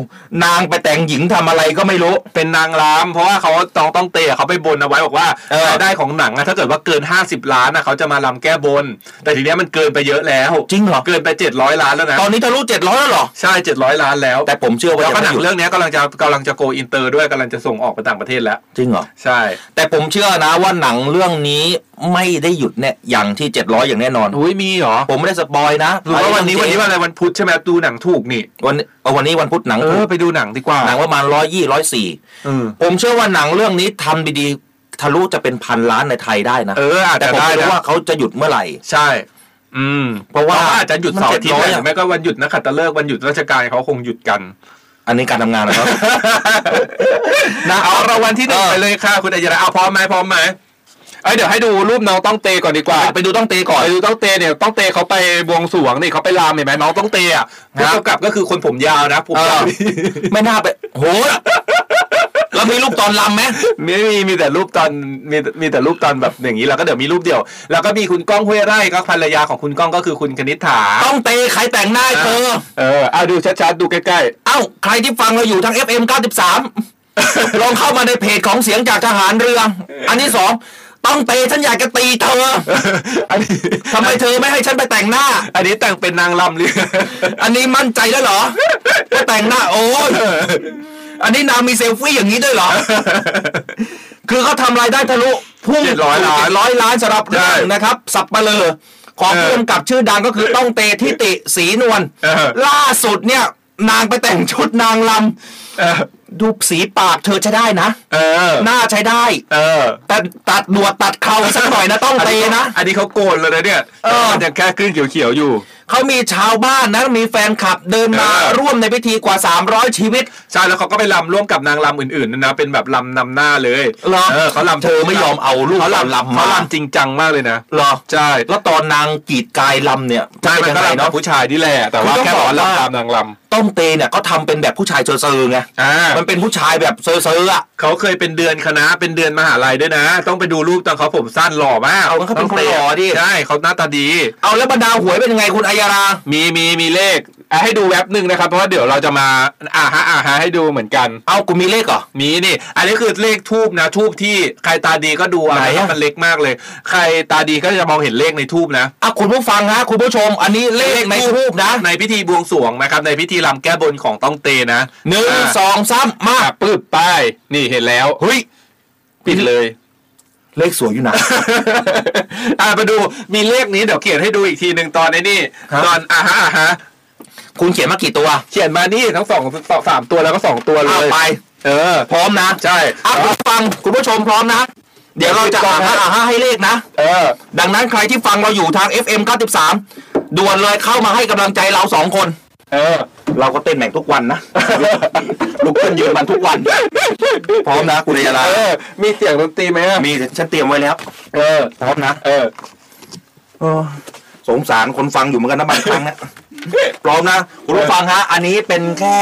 นางไปแต่งหญิงทำอะไรก็ไม่รู้
เป็นนางรำเพราะว่าเขาต้องต้องเตอะเขาไปบนเอาไว้บอกว่า
เออ
รายได้ของหนังอะถ้าเกิดว่าเกิน 50 ล้านอะเขาจะมารำแก้บน แต่ทีเนี้ยมันเกินไปเยอะแล้ว
จริงเหรอ
เกินไป 700 ล้านแล้วนะ
ตอนนี้ทะลุเจ็ดร้อยแล้วเหรอ
ใช่ 700 ล้านแล้ว
แต่ผมเชื่อว่า
แล้ว
ยัง
ก็
ไม่
หนัง
หยุด
เรื่องเนี้ยกำลังจะกำลังจะโกอินเตอร์ด้วยกำลังจะส่งออกไปต่างประเทศแล้ว
จริงเหรอ
ใช่
แต่ผมเชื่อนะว่าหนังเรื่องนี้ไม่ได้หยุดเนี่ยอย่างที่เจ็ดร้อยอย่างแน่นอน
อุ้ยมีเหรอ
ผมไม่ได้สปอยนะ
รู้ว่าวันนี้วันนี้
วั
วัน
น
อะไรวันพุธใช่ไหมดูหนังถูกนี่
วันนี้เอาวันนี้วันพุธหนัง
เออไปดูหนังดีกว่า
หนังประมาณร้อยยี่ร้อยสี่
เออ
ผมเชื่อว่าหนังเรื่องนี้ทำดีๆทะลุจะเป็นพันล้านในไทยได้นะ
เอออาจ
แต่
จะ
ผม
ได้
ไม่รู้
นะ
ว่าเขาจะหยุดเมื่อไหร่
ใช่ อืม
เพราะว่า
ขอาจจะหยุด
มัน
เสาร์อาทิตย์
700
ห
อะ
รือไม่ก็วันหยุดนะขัตฤกษ์วันหยุดราชการเขาคงหยุดกัน
อันนี้การทำงานนะครับ
นะเอารางวัลที่หนึ่ง
เออ
ไปเลยค่ะ คุณอัยราเอาพร้อมไหมพร้อมไหมเอ้ยเดี๋ยวให้ดูรูปน้องต้องเตก่อนดีกว่า
ไปดูต้องเตก่อน
ไปดูต้องเตเนี่ยต้องเตเขาไปบวงสรวงนี่เขาไปรามเห็นไหมน้องต้องเตอ่ะผู้กำกับก็คือคนผมยาวนะผมยา
เอ
ว
อ ไม่น่าไปโหแล้วมีรูปตอนลำไหม
ไม่มีมีแต่รูปตอนมีมีแต่รูปตอนแบบอย่างนี้แล้วก็เดี๋ยวมีรูปเดียว แล้วก็มีคุณก้องห้วยไร่ก็ภรรยาของคุณก้องก็คือคุณคณิษฐา
ต้องเตะใครแต่งหน้าให้เธอ
เออเอาดูชัดๆดูใกล้ๆ
เอ้า ใครที่ฟังเราอยู่ทาง FM 93 ลองเข้ามาในเพจของเสียงจากทหารเรือ อันที่สอง ต้องเตะฉันอยากจะตีเธอ
อันนี้
ทำไมเธอไม่ให้ฉันไปแต่งหน้า
อันนี้แต่งเป็นนางรำหรือ
อันนี้มั่นใจแล้วเหรอว่าแต่งหน้าโอ้ ยอันนี้นางมีเซลฟี่อย่างนี้ด้วยเหรอ คือเขาทำรายได้ทะลุพุ่ง
700ล้าน
ร้อยล้านสำหรับเรื่อง
ใช่
นะครับ สับเปลือของ
เออ
ผู้กำกับชื่อดังก็คือต้องเตทิติสีนวล
เออ
ล่าสุดเนี่ย นางไปแต่งชุดนางล
เออ
ำดูสีปากเธอใช้ได้นะ
เออ
หน้าใช้ได้
เออ
แต่ตัดหนวดตัดเขาสักหน่อยนะต้องเตนะ
อันนี้เขาโกนเลยนะเนี่ย
เออ
มันยังแค่ขึ้นเขียวๆอยู่
เขามีชาวบ้านนะมีแฟนคลับเดินมา
เออ
ร่วมในพิธีกว่า 300 ชีวิต
ใช่แล้วเขาก็ไปรำร่วมกับนางรำอื่นๆด้วยนะเป็นแบบรำนำหน้าเลย
เหรอ
เออเขารำ
เธอไม่ยอมเอาลูก
เขา
เขา
รำ
รำมา
เขารำจริงจังมากเลยนะ
เหรอ
ใช่
แล้วตอนนางกรีดกายลำเนี่ยจะ
ใช่
เป็น
มัน
ยังไง
ก็รำกั
เนาะ
บผู้ชายนี่แหละแต่ว่า
คือต้อง
แค่บอกว่า
บอกว่า
รำตามนางร
ต้องเตเนี่ยเขาทำเป็นแบบผู้ชายเซอร์ๆไง
ำอ่า
มันเป็นผู้ชายแบบเซอร์ๆอ่ะ
เขาเคยเป็นเดือนคณะเป็นเดือนมหาลัยด้วยนะ ต้องไปดูรูปตอนเขาผมสั้นหล่อมาก
เอางั้นเขาเป็นคนหล่อดิ
ใช่เขาหน้าตาดี
เอาแล้วบรรดาหวยเป็นยังไงคุณอัยยารา
มีมีมีเลข อ่ะให้ดูแว็บหนึ่งนะครับ เพราะว่าเดี๋ยวเราจะมาอ่าฮะอ่าฮะให้ดูเหมือนกัน
เอ้ากูมีเลขเหรอ
มีนี่ อันนี้คือเลขทูบนะทูบที่ใครตาดีก็ดูเอา
ไหน
นะ
อะ
ครับมันเล็กมากเลย ใครตาดีก็จะมองเห็นเลขในทูบนะ
อ่ะคุณผู้ฟังฮะคุณผู้ชม อันนี้เลขในรูปนะ
ในพิธีบวงสรวงนะครับในพิธีรำแก้บนของต้องเตนะ
หนึ่งสองสามมา
อ่ะปึ๊บไปนี่เห็นแล้ว
เฮ้ย
ปิดเลย
เลขสวยอยู่นะ
อ่ามาดูมีเลขนี้เดี๋ยวเขียนให้ดูอีกทีหนึ่งตอนไอ้นี่
ครับ
ตอนอ่าฮะอ่าฮะ
คุณเขียนมากี่ตัว
เขียนมานี่ทั้งสองสองสามตัวแล้วก็สองตัวเล
เอา
ย
ไป
เออ
พร้อมนะ
ใช่
อ่ะคุณฟังคุณผู้ชมพร้อมนะ เดี๋ยวเราจะอ่านฮะอ่านฮะให้เลขนะ
เออ
ดังนั้นใครที่ฟังเราอยู่ทาง FM 93 ด่วนเลยเข้ามาให้กำลังใจเราสองคน
เออ
เราก็เต้นแหม่งทุกวันนะ ลุกขึ้นยืนมันทุกวัน พร้อมนะคุณเอยาลา
เออ มีเสียงดนตรีไหมอะ
มีฉันเตรียมไว้แล้ว
เออ
พร้อมนะ
เออ
โอ้สงสารคนฟังอยู่เหมือนกันนะบางครั้ง นะพร้อมนะ คุณผู้ฟังฮะ อันนี้เป็นแค่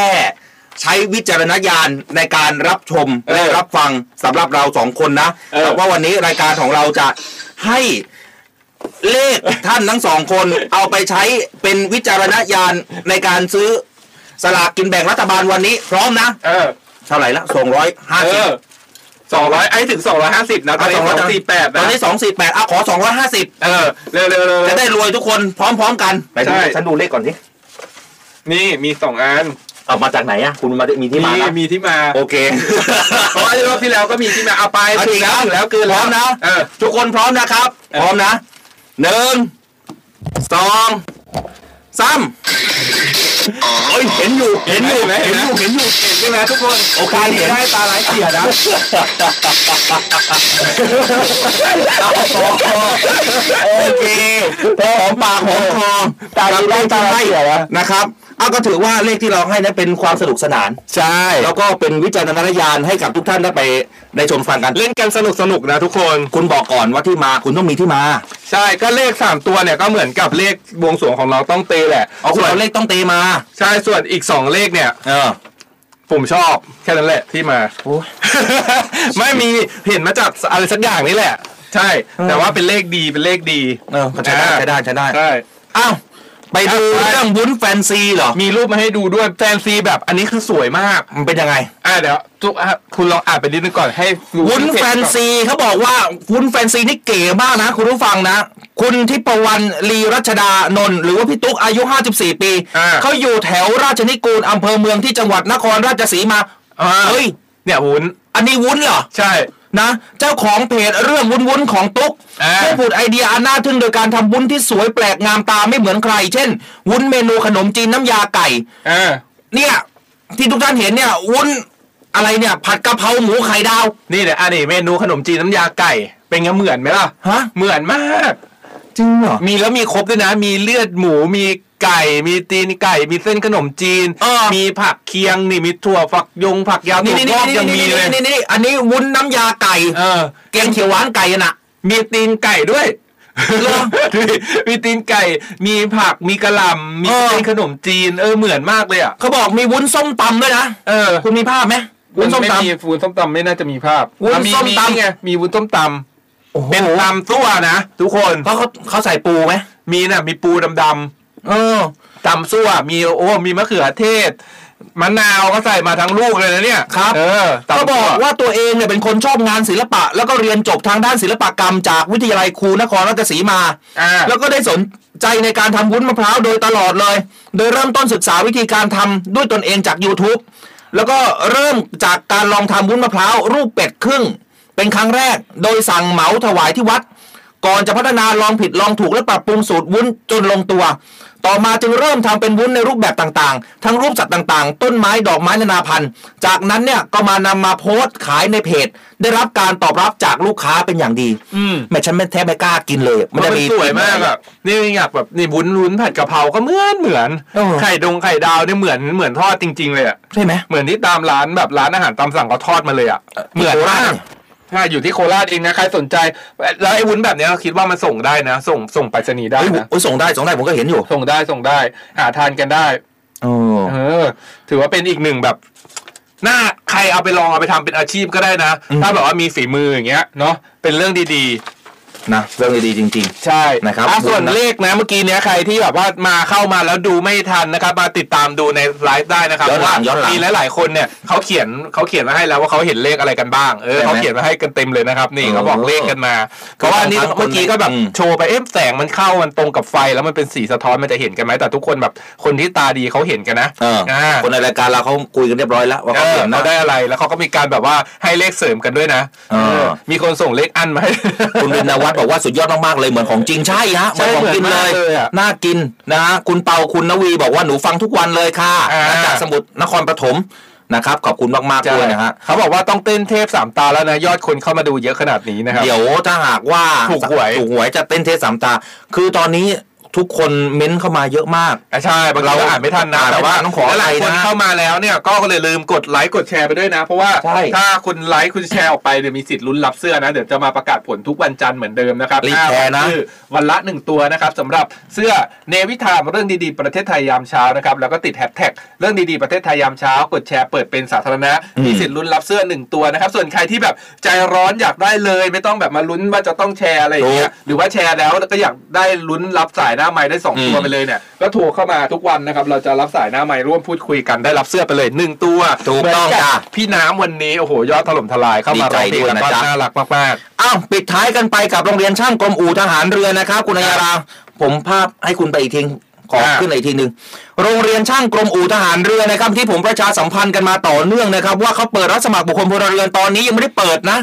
ใช้วิจารณญาณในการรับชม
เออ
และรับฟังสำหรับเราสองคนนะ
เออ
แต่ว่าวันนี้รายการของเราจะให้เลขท่านทั้งสองคน เอาไปใช้เป็นวิจารณญาณในการซื้อสลากกินแบ่งรัฐบาลวันนี้ พร้อมนะ
เออ
เท่าไหร่ละสองร้อยห้า
เอ
สิบ
อสองร้อยไอ้ถึงสองร้อยห้าสิบนะ ตอนนี้สองสี่แปด
ตอ
นะ
นนี้สองสี่แปดเอาขอสองร้อยห้าสิบ
เออ เร็วเร็วเร็ว
จะได้รวยทุกคนพร้อมๆกัน
ใช่
ฉันดูเลขก่อนสิ
นี่มีสองอัน
เอามาจากไหนอะคุณมามีที่มา
นี่
นะ
มีที่มา
โอเค
เพราะไอ้รอบที่แล้วก็มีที่มา เอาไป
เอา
ถึ
จริ
ง
ง
แล้ว
นะ
ถึงแล้วเกิน
พร้อม
แล้ว
นะ
เออ
ทุกคนพร้อมนะครับ
เออ
พร้อมนะหนึ่งสองสามเฮ้ยเห็นอยู่เห็นอยู่เห็นอยู่เห็นอยู่
เห็นใช่ไหมทุกคน
โอเคเห็น
ได้ตาไร้ายเสียนะ
โอเคพอหอมปากหอมคอตาดีได้ตาไร้นะครับเอาก็ถือว่าเลขที่เราให้นั้นเป็นความสนุกสนาน
ใช่
แล้วก็เป็นวิจารณญาณให้กับทุกท่านได้ไปได้ชมฟังกัน
เล่นกันสนุกสนุกนะทุกคน
คุณบอกก่อนว่าที่มาคุณต้องมีที่มา
ใช่ ก็เลขสามตัวเนี่ยก็เหมือนกับเลขบวงสรวงของเราต้องเตแหละ
เอาคุณ
ส่วน
เอาเลขต้องเตมา
ใช่ ส่วนอีกสองเลขเนี่ย
เออ
ผมชอบแค่นั้นแหละที่มา ไม่มีเห็นมาจากอะไรสักอย่างนี่แหละ ใช่ แต่ว่าเป็นเลขดีเป็นเลขดี
เออใช้ได้ใช้ได้ใช้ได้
ใช่
อ้าวไปดู
อ่ะไป
เรื่องวุ้นแฟนซีเหรอ
มีรูปมาให้ดูด้วยแฟนซีแบบอันนี้คือสวยมาก
มันเป็นยังไง
อ่ะเดี๋ยวทุกอ่ะคุณลองอ่านไปนิดนึงก่อนให้ดู
วุ้น
เพจ
แฟ
ก่อน
ซีเขาบอกว่าวุ้นแฟนซีนี่เก๋มากนะ คุณผู้ฟังนะ คุณทิพวรรณลีรัชดานนท์หรือว่าพี่ตุ๊กอายุ 54 ปี
อ่า
เขาอยู่แถวราชนิกูลอำเภอเมืองที่จังหวัดนครราชสีมา
อ่า
เฮ้ย
เนี่ยวุ้น
อันนี้วุ้นเหรอ
ใช่
นะเจ้าของเพจเรื่องวุ้นวุ้นๆของตุ๊ก
อ่า
ได้ผุดไอเดียอันน่าทึ่งโดยการทำวุ้นที่สวยแปลกงามตาไม่เหมือนใคร เช่น วุ้นเมนูขนมจีนน้ำยาไก่
เออ
เนี่ยที่ทุกท่านเห็นเนี่ยวุ้นอะไรเนี่ย ผัดกะเพราหมูไข่ดาว
นี่เดี๋ยวอันนี้เมนูขนมจีนน้ำยาไก่เป็นไงเหมือนไหมล่ะ
ฮะ
เหมือนมาก
จริงเหรอ
มีแล้วมีครบด้วยนะ มีเลือดหมู มีไก่ มีตีนไก่ มีเส้นขนมจีน
เออ
มีผักเคียง นี่มีถั่วฝักยง ผักยาว
นี่
ถั่ว
นี่นี่
งอก
นี่
ยัง
นี่
มี
นี่
เลย
นี่นี่อันนี้วุ้นน้ำยาไก่
เออ
แกงเขียวหวานไก่น่ะ
มีตีนไก่ด้วย
เหรอ
มีตีนไก่ มีผัก มีกระหล่ำมี
เออ
เส้นขนมจีน เออ เหมือนมากเลยอ่ะ
เขาบอกมีวุ้นส้มตำด้วยนะ
เออ
คุณมีภาพไหมวุ้นส้ม
ไ
ตำ
วุ้นส้มตำไม่น่าจะมีภาพ
วุ้น
อ่ะ
ส้มตำ
นี่ไง มีวุ้นส้มตำเป็นตำซั่วนะ ทุกคน
เขาเขาเขาใส่ปูไหม
มีน่ะ มีปูดำๆ
เออ
ตำซั่วมีโอ้มีมะเขือเทศมะนาวก็ใส่มาทั้งลูกเลยนะเนี่ย
ครับ
เออตำ
ก็
ซั่
บอกว่าตัวเองเนี่ยเป็นคนชอบงานศิลปะ แล้วก็เรียนจบทางด้านศิลปกรรม จากวิทยาลัยครูนครราชสีมา
อ่า
แล้วก็ได้สนใจในการทำวุ้นมะพร้าวโดยตลอดเลย โดยเริ่มต้นศึกษาวิธีการทำด้วยตนเองจาก YouTube แล้วก็เริ่มจากการลองทำวุ้นมะพร้าวรูปเป็ดครึ่ง เป็นครั้งแรก โดยสั่งเหมาถวายที่วัด ก่อนจะพัฒนาลองผิดลองถูกและปรับปรุงสูตรวุ้นจนลงตัว ต่อมาจึงเริ่มทำเป็นวุ้นในรูปแบบต่างๆ ทั้งรูปสัตว์ต่างๆ ต้นไม้ดอกไม้นานาพันธุ์ จากนั้นเนี่ยก็มานำมาโพสต์ขายในเพจ ได้รับการตอบรับจากลูกค้าเป็นอย่างดีแม่ฉันไม่แทบไม่กล้ากินเลยอะ
มันสวยมาก
ลิ่น
อะนี่อยากแบบนี่บุ้นวุ้นผัดกะเพราก็เหมือนเหมือน
เออ
ไข่ดงไข่ดาวเนี่ยเหมือนเหมือนทอดจริง ๆ เลยอะ
ใช่ไหม
เหมือนที่ตามร้านแบบร้านอาหารตามสั่งเขาทอดมาเลยอะเหมือนมากใช่อยู่ที่โคราชเองนะใครสนใจแล้วไอ้วุ้นแบบเนี้ยคิดว่ามันส่งได้นะ ส่งส่งไปรษณีย์ได้
เฮ้ย
นะ
โอ้ยส่งได้ส่งได้ผมก็เห็นอยู่
ส่งได้ส่งได้หาทานกันได้
เออ
เออ ถือว่าเป็นอีกหนึ่งแบบหน้าใครเอาไปลองเอาไปทำเป็นอาชีพก็ได้นะ ถ้าแบบว่ามีฝีมืออย่างเงี้ยเนาะเป็นเรื่องดี
นะเรื่องดีๆจริง
ใช่
นะครับ
อ่ส่วน
บุญนะ
เลขนะเมื่อกี้เนี้ยใครที่แบบว่ามาเข้ามาแล้วดูไม่ทันนะครับ มาติดตามดูในไลฟ์ได้นะครับ
ย้อนหลัง
เพราะว่า
ย้อนหลัง
มีหลาย ๆ คนเนี่ยเขาเขียนเขาเขียนมาให้แล้วว่าเขาเห็นเลขอะไรกันบ้างเออ
ใช่ไหม
เขาเขียนมาให้กันเต็มเลยนะครับ นี่
เออ
เขาบอกเลขกันมาเพราะว่าอันนี้
บางคน
เมื่อกี้ก็แบบ
อืม
โชว์ไปเอ๊ะแสงมันเข้ามันตรงกับไฟแล้วมันเป็นสีสะท้อนมันจะเห็นกันไหมแต่ทุกคนแบบคนที่ตาดีเขาเห็นกันนะ
ๆเออ
อ่า
คนในรายการเราเขาคุยกันเรียบร้อยแล้วว่า
เอ
เขา
อ
เขียน
เขา
นะ
ได้อะไรแล้วเขาก็มีการแบบว่าให้เลขเสริมกันด้วยนะ
เออ
เออมีคนส่งเลขอันมาให้
คุณวินวัฒน์บอกว่าสุดยอดมากๆเลยเหมือนของจริงใช่ฮะเหมือนของกิน
ใช่เหมือ
เลย
นมากเลยอะ
น่ากินนะฮะคุณเปาคุณนวีบอกว่าหนูฟังทุกวันเลยค่ะ
อ่า
นะจากสมุทรนครปฐมนะครับขอบคุณมากๆ
ใช่
ด้วยนะฮะ
เขาบอกว่าต้องเต้นเทพสามตาแล้วนะ ยอดคนเข้ามาดูเยอะขนาดนี้นะครับ
เดี๋ยวถ้าหากว่า
ถูกหวย
ถูกหวยจะเต้นเทสสามตา คือตอนนี้ทุกคนเม้นเข้ามาเยอะมาก
อ่ะใช่บางทีก็อ่านไม่ทันนะ
อ่านไม่ทัน
แต่ว่า
ต้องขอ
หลาย
อภัย
คน
นะ
เข้ามาแล้วเนี่ยก็เลยลืมกดไลค์กดแชร์ไปด้วยนะ เพราะว่า
ใช่
ถ้าคุณไลค์คุณแชร์ออกไปเดี๋ยวมีสิทธิ์ลุ้นรับเสื้อนะเดี๋ยวจะมาประกาศผลทุกวันจันทร์เหมือนเดิมนะครับ
รีบแชร์นะ
คือวันละ 1 ตัวนะครับสำหรับเสื้อเนวิทามเรื่องดีๆ ประเทศไทยยามเช้านะครับแล้วก็ติดแฮชแท็กเรื่องดีๆ ประเทศไทยยามเช้ากดแชร์เปิดเป็นสาธารณะ
อืม
มีสิทธิ์ลุ้นรับเสื้อ 1 ตัวนะครับ ส่วนใครที่แบบใจร้อนอยากได้เลย ไม่ต้องแบบมาลุ้นว่าจะต้องแชร์อะไรอย่างเงี้ยหรือว่าแชร์แล้วแล้วก็อยากได้ลุ้นรับสายหน้าไม้ได้
อื
2
ม
ตัวไปเลยเนี่ยก็โทรเข้ามาทุกวันนะครับเราจะรับสายหน้าไม้ร่วมพูดคุยกันได้รับเสื้อไปเลย 1 ตัว
ถูกต้อง
เหมืนบ
จ้ะ
พี่น้ำวันนี้โอ้โหยอดถล่มทลายเข้ามา
ดีใจ
ร้องเพลง
ด้วยนะ
แล้วก็
จ๊ะ
น่ารักมากๆ
อ้าวปิดท้ายกันไปกับโรงเรียนช่างกรมอู่ทหารเรือนะครับ คุณอัยยารา ผมภาพให้คุณไปอีกทีขอ
อ่า
ขึ้นอีกทีหนึ่งโรงเรียนช่างกรมอู่ทหารเรือนะครับ ที่ผมประชาสัมพันธ์กันมาต่อเนื่องนะครับ ว่าเขาเปิดรับสมัครบุคคลพลเรือนตอนนี้ยังไม่ได้เปิดนะ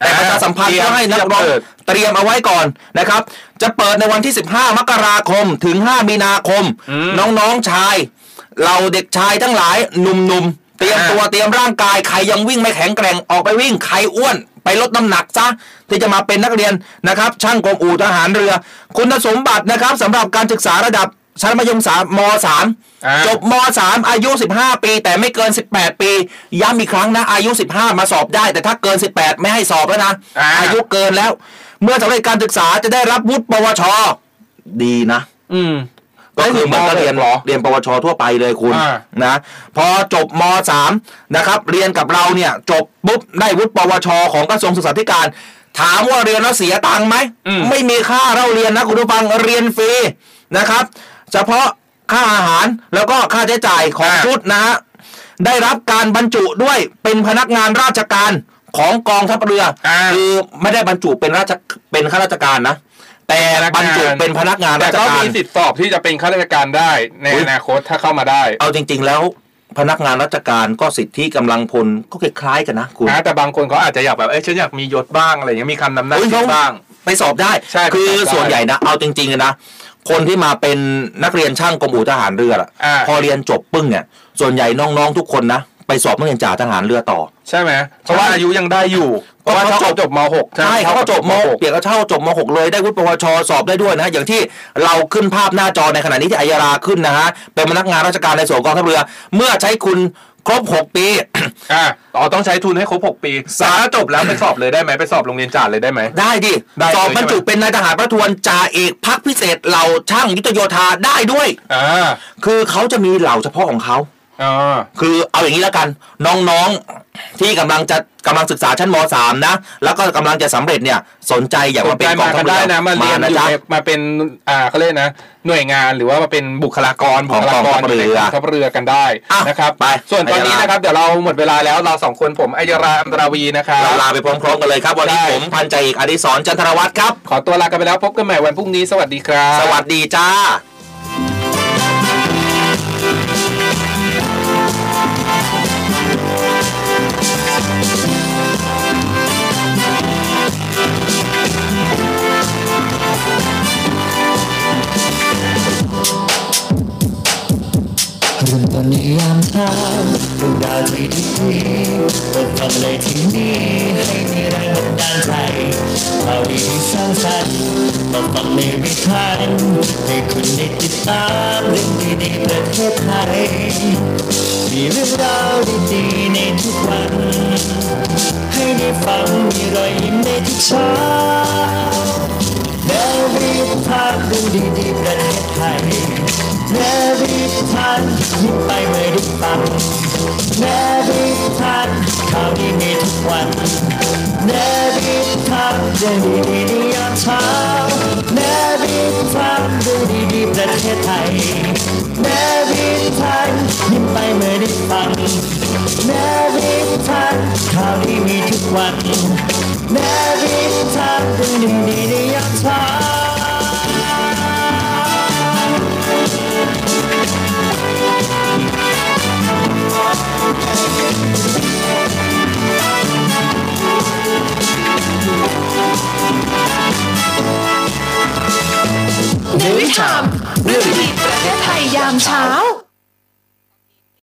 แต่ประชาสัมพันธ์ก็ให้นักร้องเตรียมเอาไว้ก่อนนะครับ จะเปิดในวันที่ 15 มกราคมถึง 5 มีนาคม น้องๆชาย เราเด็กชายทั้งหลายหนุ่มๆเตรียมตัวเตรียมร่างกายใครยังวิ่งไม่แข็งแกร่งออกไปวิ่งใครอ้วน ไปลดน้ำหนักซะที่จะมาเป็นนักเรียนนะครับ ช่างกรมอู่ทหารเรือ คุณสมบัตินะครับสำหรับการศึกษาระดับชั้นมัธยมสามมสาม
อ่า
จบมสามอายุ 15 ปี แต่ไม่เกิน 18 ปีย้ำอีกครั้งนะอายุ 15 มาสอบได้ แต่ถ้าเกิน 18 ไม่ให้สอบแล้วนะ
อ่า
ยุเกินแล้ว เมื่อสำเร็จการศึกษาจะได้รับวุฒิปวช ดีนะ
อืม
ก็คือเหมันก็เรียน
หรอ
เรียนปวชทั่วไปเลยคุณ
อ่า
นะพอจบม .3 นะครับเรียนกับเราเนี่ยจบปุ๊บได้วุฒิปวช ของกระทรวงศึกษาธิการ ถามว่าเรียนแล้วเสียตังค์ไหมไม่มีค่าเราเรียนนะคุณผู้ฟังเรียนฟรีนะครับ เฉพาะค่าอาหารแล้วก็ค่าใช้จ่ายของชุดนะฮะได้รับการบรรจุด้วยเป็นพนักงานราชการของกองทัพเรืออา คือไม่ได้บรรจุเป็นราชเป็นข้าราชการนะ แต่บรรจุเป็นพนักงาน
แต่
ราช
ก็
การ
มีสิทธิ์สอบที่จะเป็นข้าราชการได้ใน
อุ๊ย
อนาคตถ้าเข้ามาได้
เอาจริง ๆ แล้วพนักงานราชการก็สิทธิกำลังพลก็คล้ายๆกันนะคุณ
นะแต่บางคนเขาอาจจะอยากแบบเอ้ยฉันอยากมียศบ้างอะไรอย่างเงี้ยมีคำนำหน้า
เอ้ย
ชื่อบ้าง
ไปสอบได้
ใช่
คือ
ไปสอบได้
ส่วนใหญ่นะ เอาจริงๆนะ คนที่มาเป็นนักเรียนช่างกรมอู่ทหารเรืออะ
อ่า
พอเรียนจบปึ้งเนี่ยส่วนใหญ่น้องๆทุกคนนะ ไปสอบนักเรียนจ่าทหารเรือต่อ
ใช่ไหมเพราะว่าอายุยังได้อยู่เพ
ก็
ราะว่า
เขาจ
เขา
บ
จบม .6
ใช่เขาก็จบม .6 เปียกก็เช่าจบม .6 เลยได้วุฒิปวชสอบได้ด้วยนะ อย่างที่เราขึ้นภาพหน้าจอในขณะนี้ที่อัยยาราขึ้นนะฮะเป็นพนักงานราชการในส่วนกองทัพเรือ เมื่อใช้คุณครบหกปี
อ่าอ๋อต้องใช้ทุนให้ครบ 6 ปีสาจบแล้วไปสอบเลยได้ไหมไปสอบโรงเรียนจ่าเลยได้ไหม
ได้ดิ
ได้เลย
สอบบรรจุ
ใช่ไหม
เป็นนายทหารประทวนจ่าเอกพักพิเศษเหล่าช่างยุทธโยธาได้ด้วย
อ่า
คือเขาจะมีเหล่าเฉพาะของเขา
อ่า
คือเอาอย่างนี้แล้วกัน น้องๆที่กำลังจะกำลังศึกษาชั้นม .3 นะ แล้วก็กำลังจะสำเร็จเนี่ย สนใจอยาก
ส
มานเป็
ใจ
นกอ
มาง
ทั
กั
พ
น
เรื
ได้
อ
นะมาเรียน
นะ
อยู่
จ๊ะ
ในมาเป็นอ่าเขาเรียกนะ หน่วยงานหรือว่ามาเป็นบุคลากร
ข
บุ
อง
คลากร
กองทัพเรือ
ในกงทัพเรือกันได้
อ่ะ
นะครับ
ไป
ส่วนตอนนี้
อัยรา
นะครับเดี๋ยวเราหมดเวลาแล้วเราสองคนผมอัยราอัมตราวีนะครับ
เราลาไปพร้อมๆกันเลยครับ วันนี้
ได้
ผมพันใจาเอกอดิศรจันทรวัตรครับ
ขอตัวลากันไปแล้วพบกันใหม่วันพรุ่งนี้สวัสดีครับ
สวัสดีจ้า
เรื่องตอนในยามเช้าเรื่องราวที่ดีๆเปิดฟังเลยที่นี่ให้มีแรงบันดาลใจข่าวดีที่สร้างสรรค์มาฟังในวิถีให้คุณได้ติดตามเรื่องดีๆประเทศไทยมีเรื่องราวดีๆในทุกวัน ให้ได้ฟังมีรอยยิ้มในทุกเช้า นวิทันดูดีดีๆประเทศไทยนวิทันยิ้มไปเมื่อได้ฟังนวิทันข่าวดีมีทุกวันน เนวิทามเรื่องดีๆในยามเช้าเนวิทามเรื่องดีๆประเทศไทยเนวิทามยิ้มไปเมื่อได้ฟังเนวิทามข่าวที่มีทุกวันเนวิทามเรื่องดีๆในยามเช้า
เนวิชามเรื่องดีๆประเทศไทยยามเช้า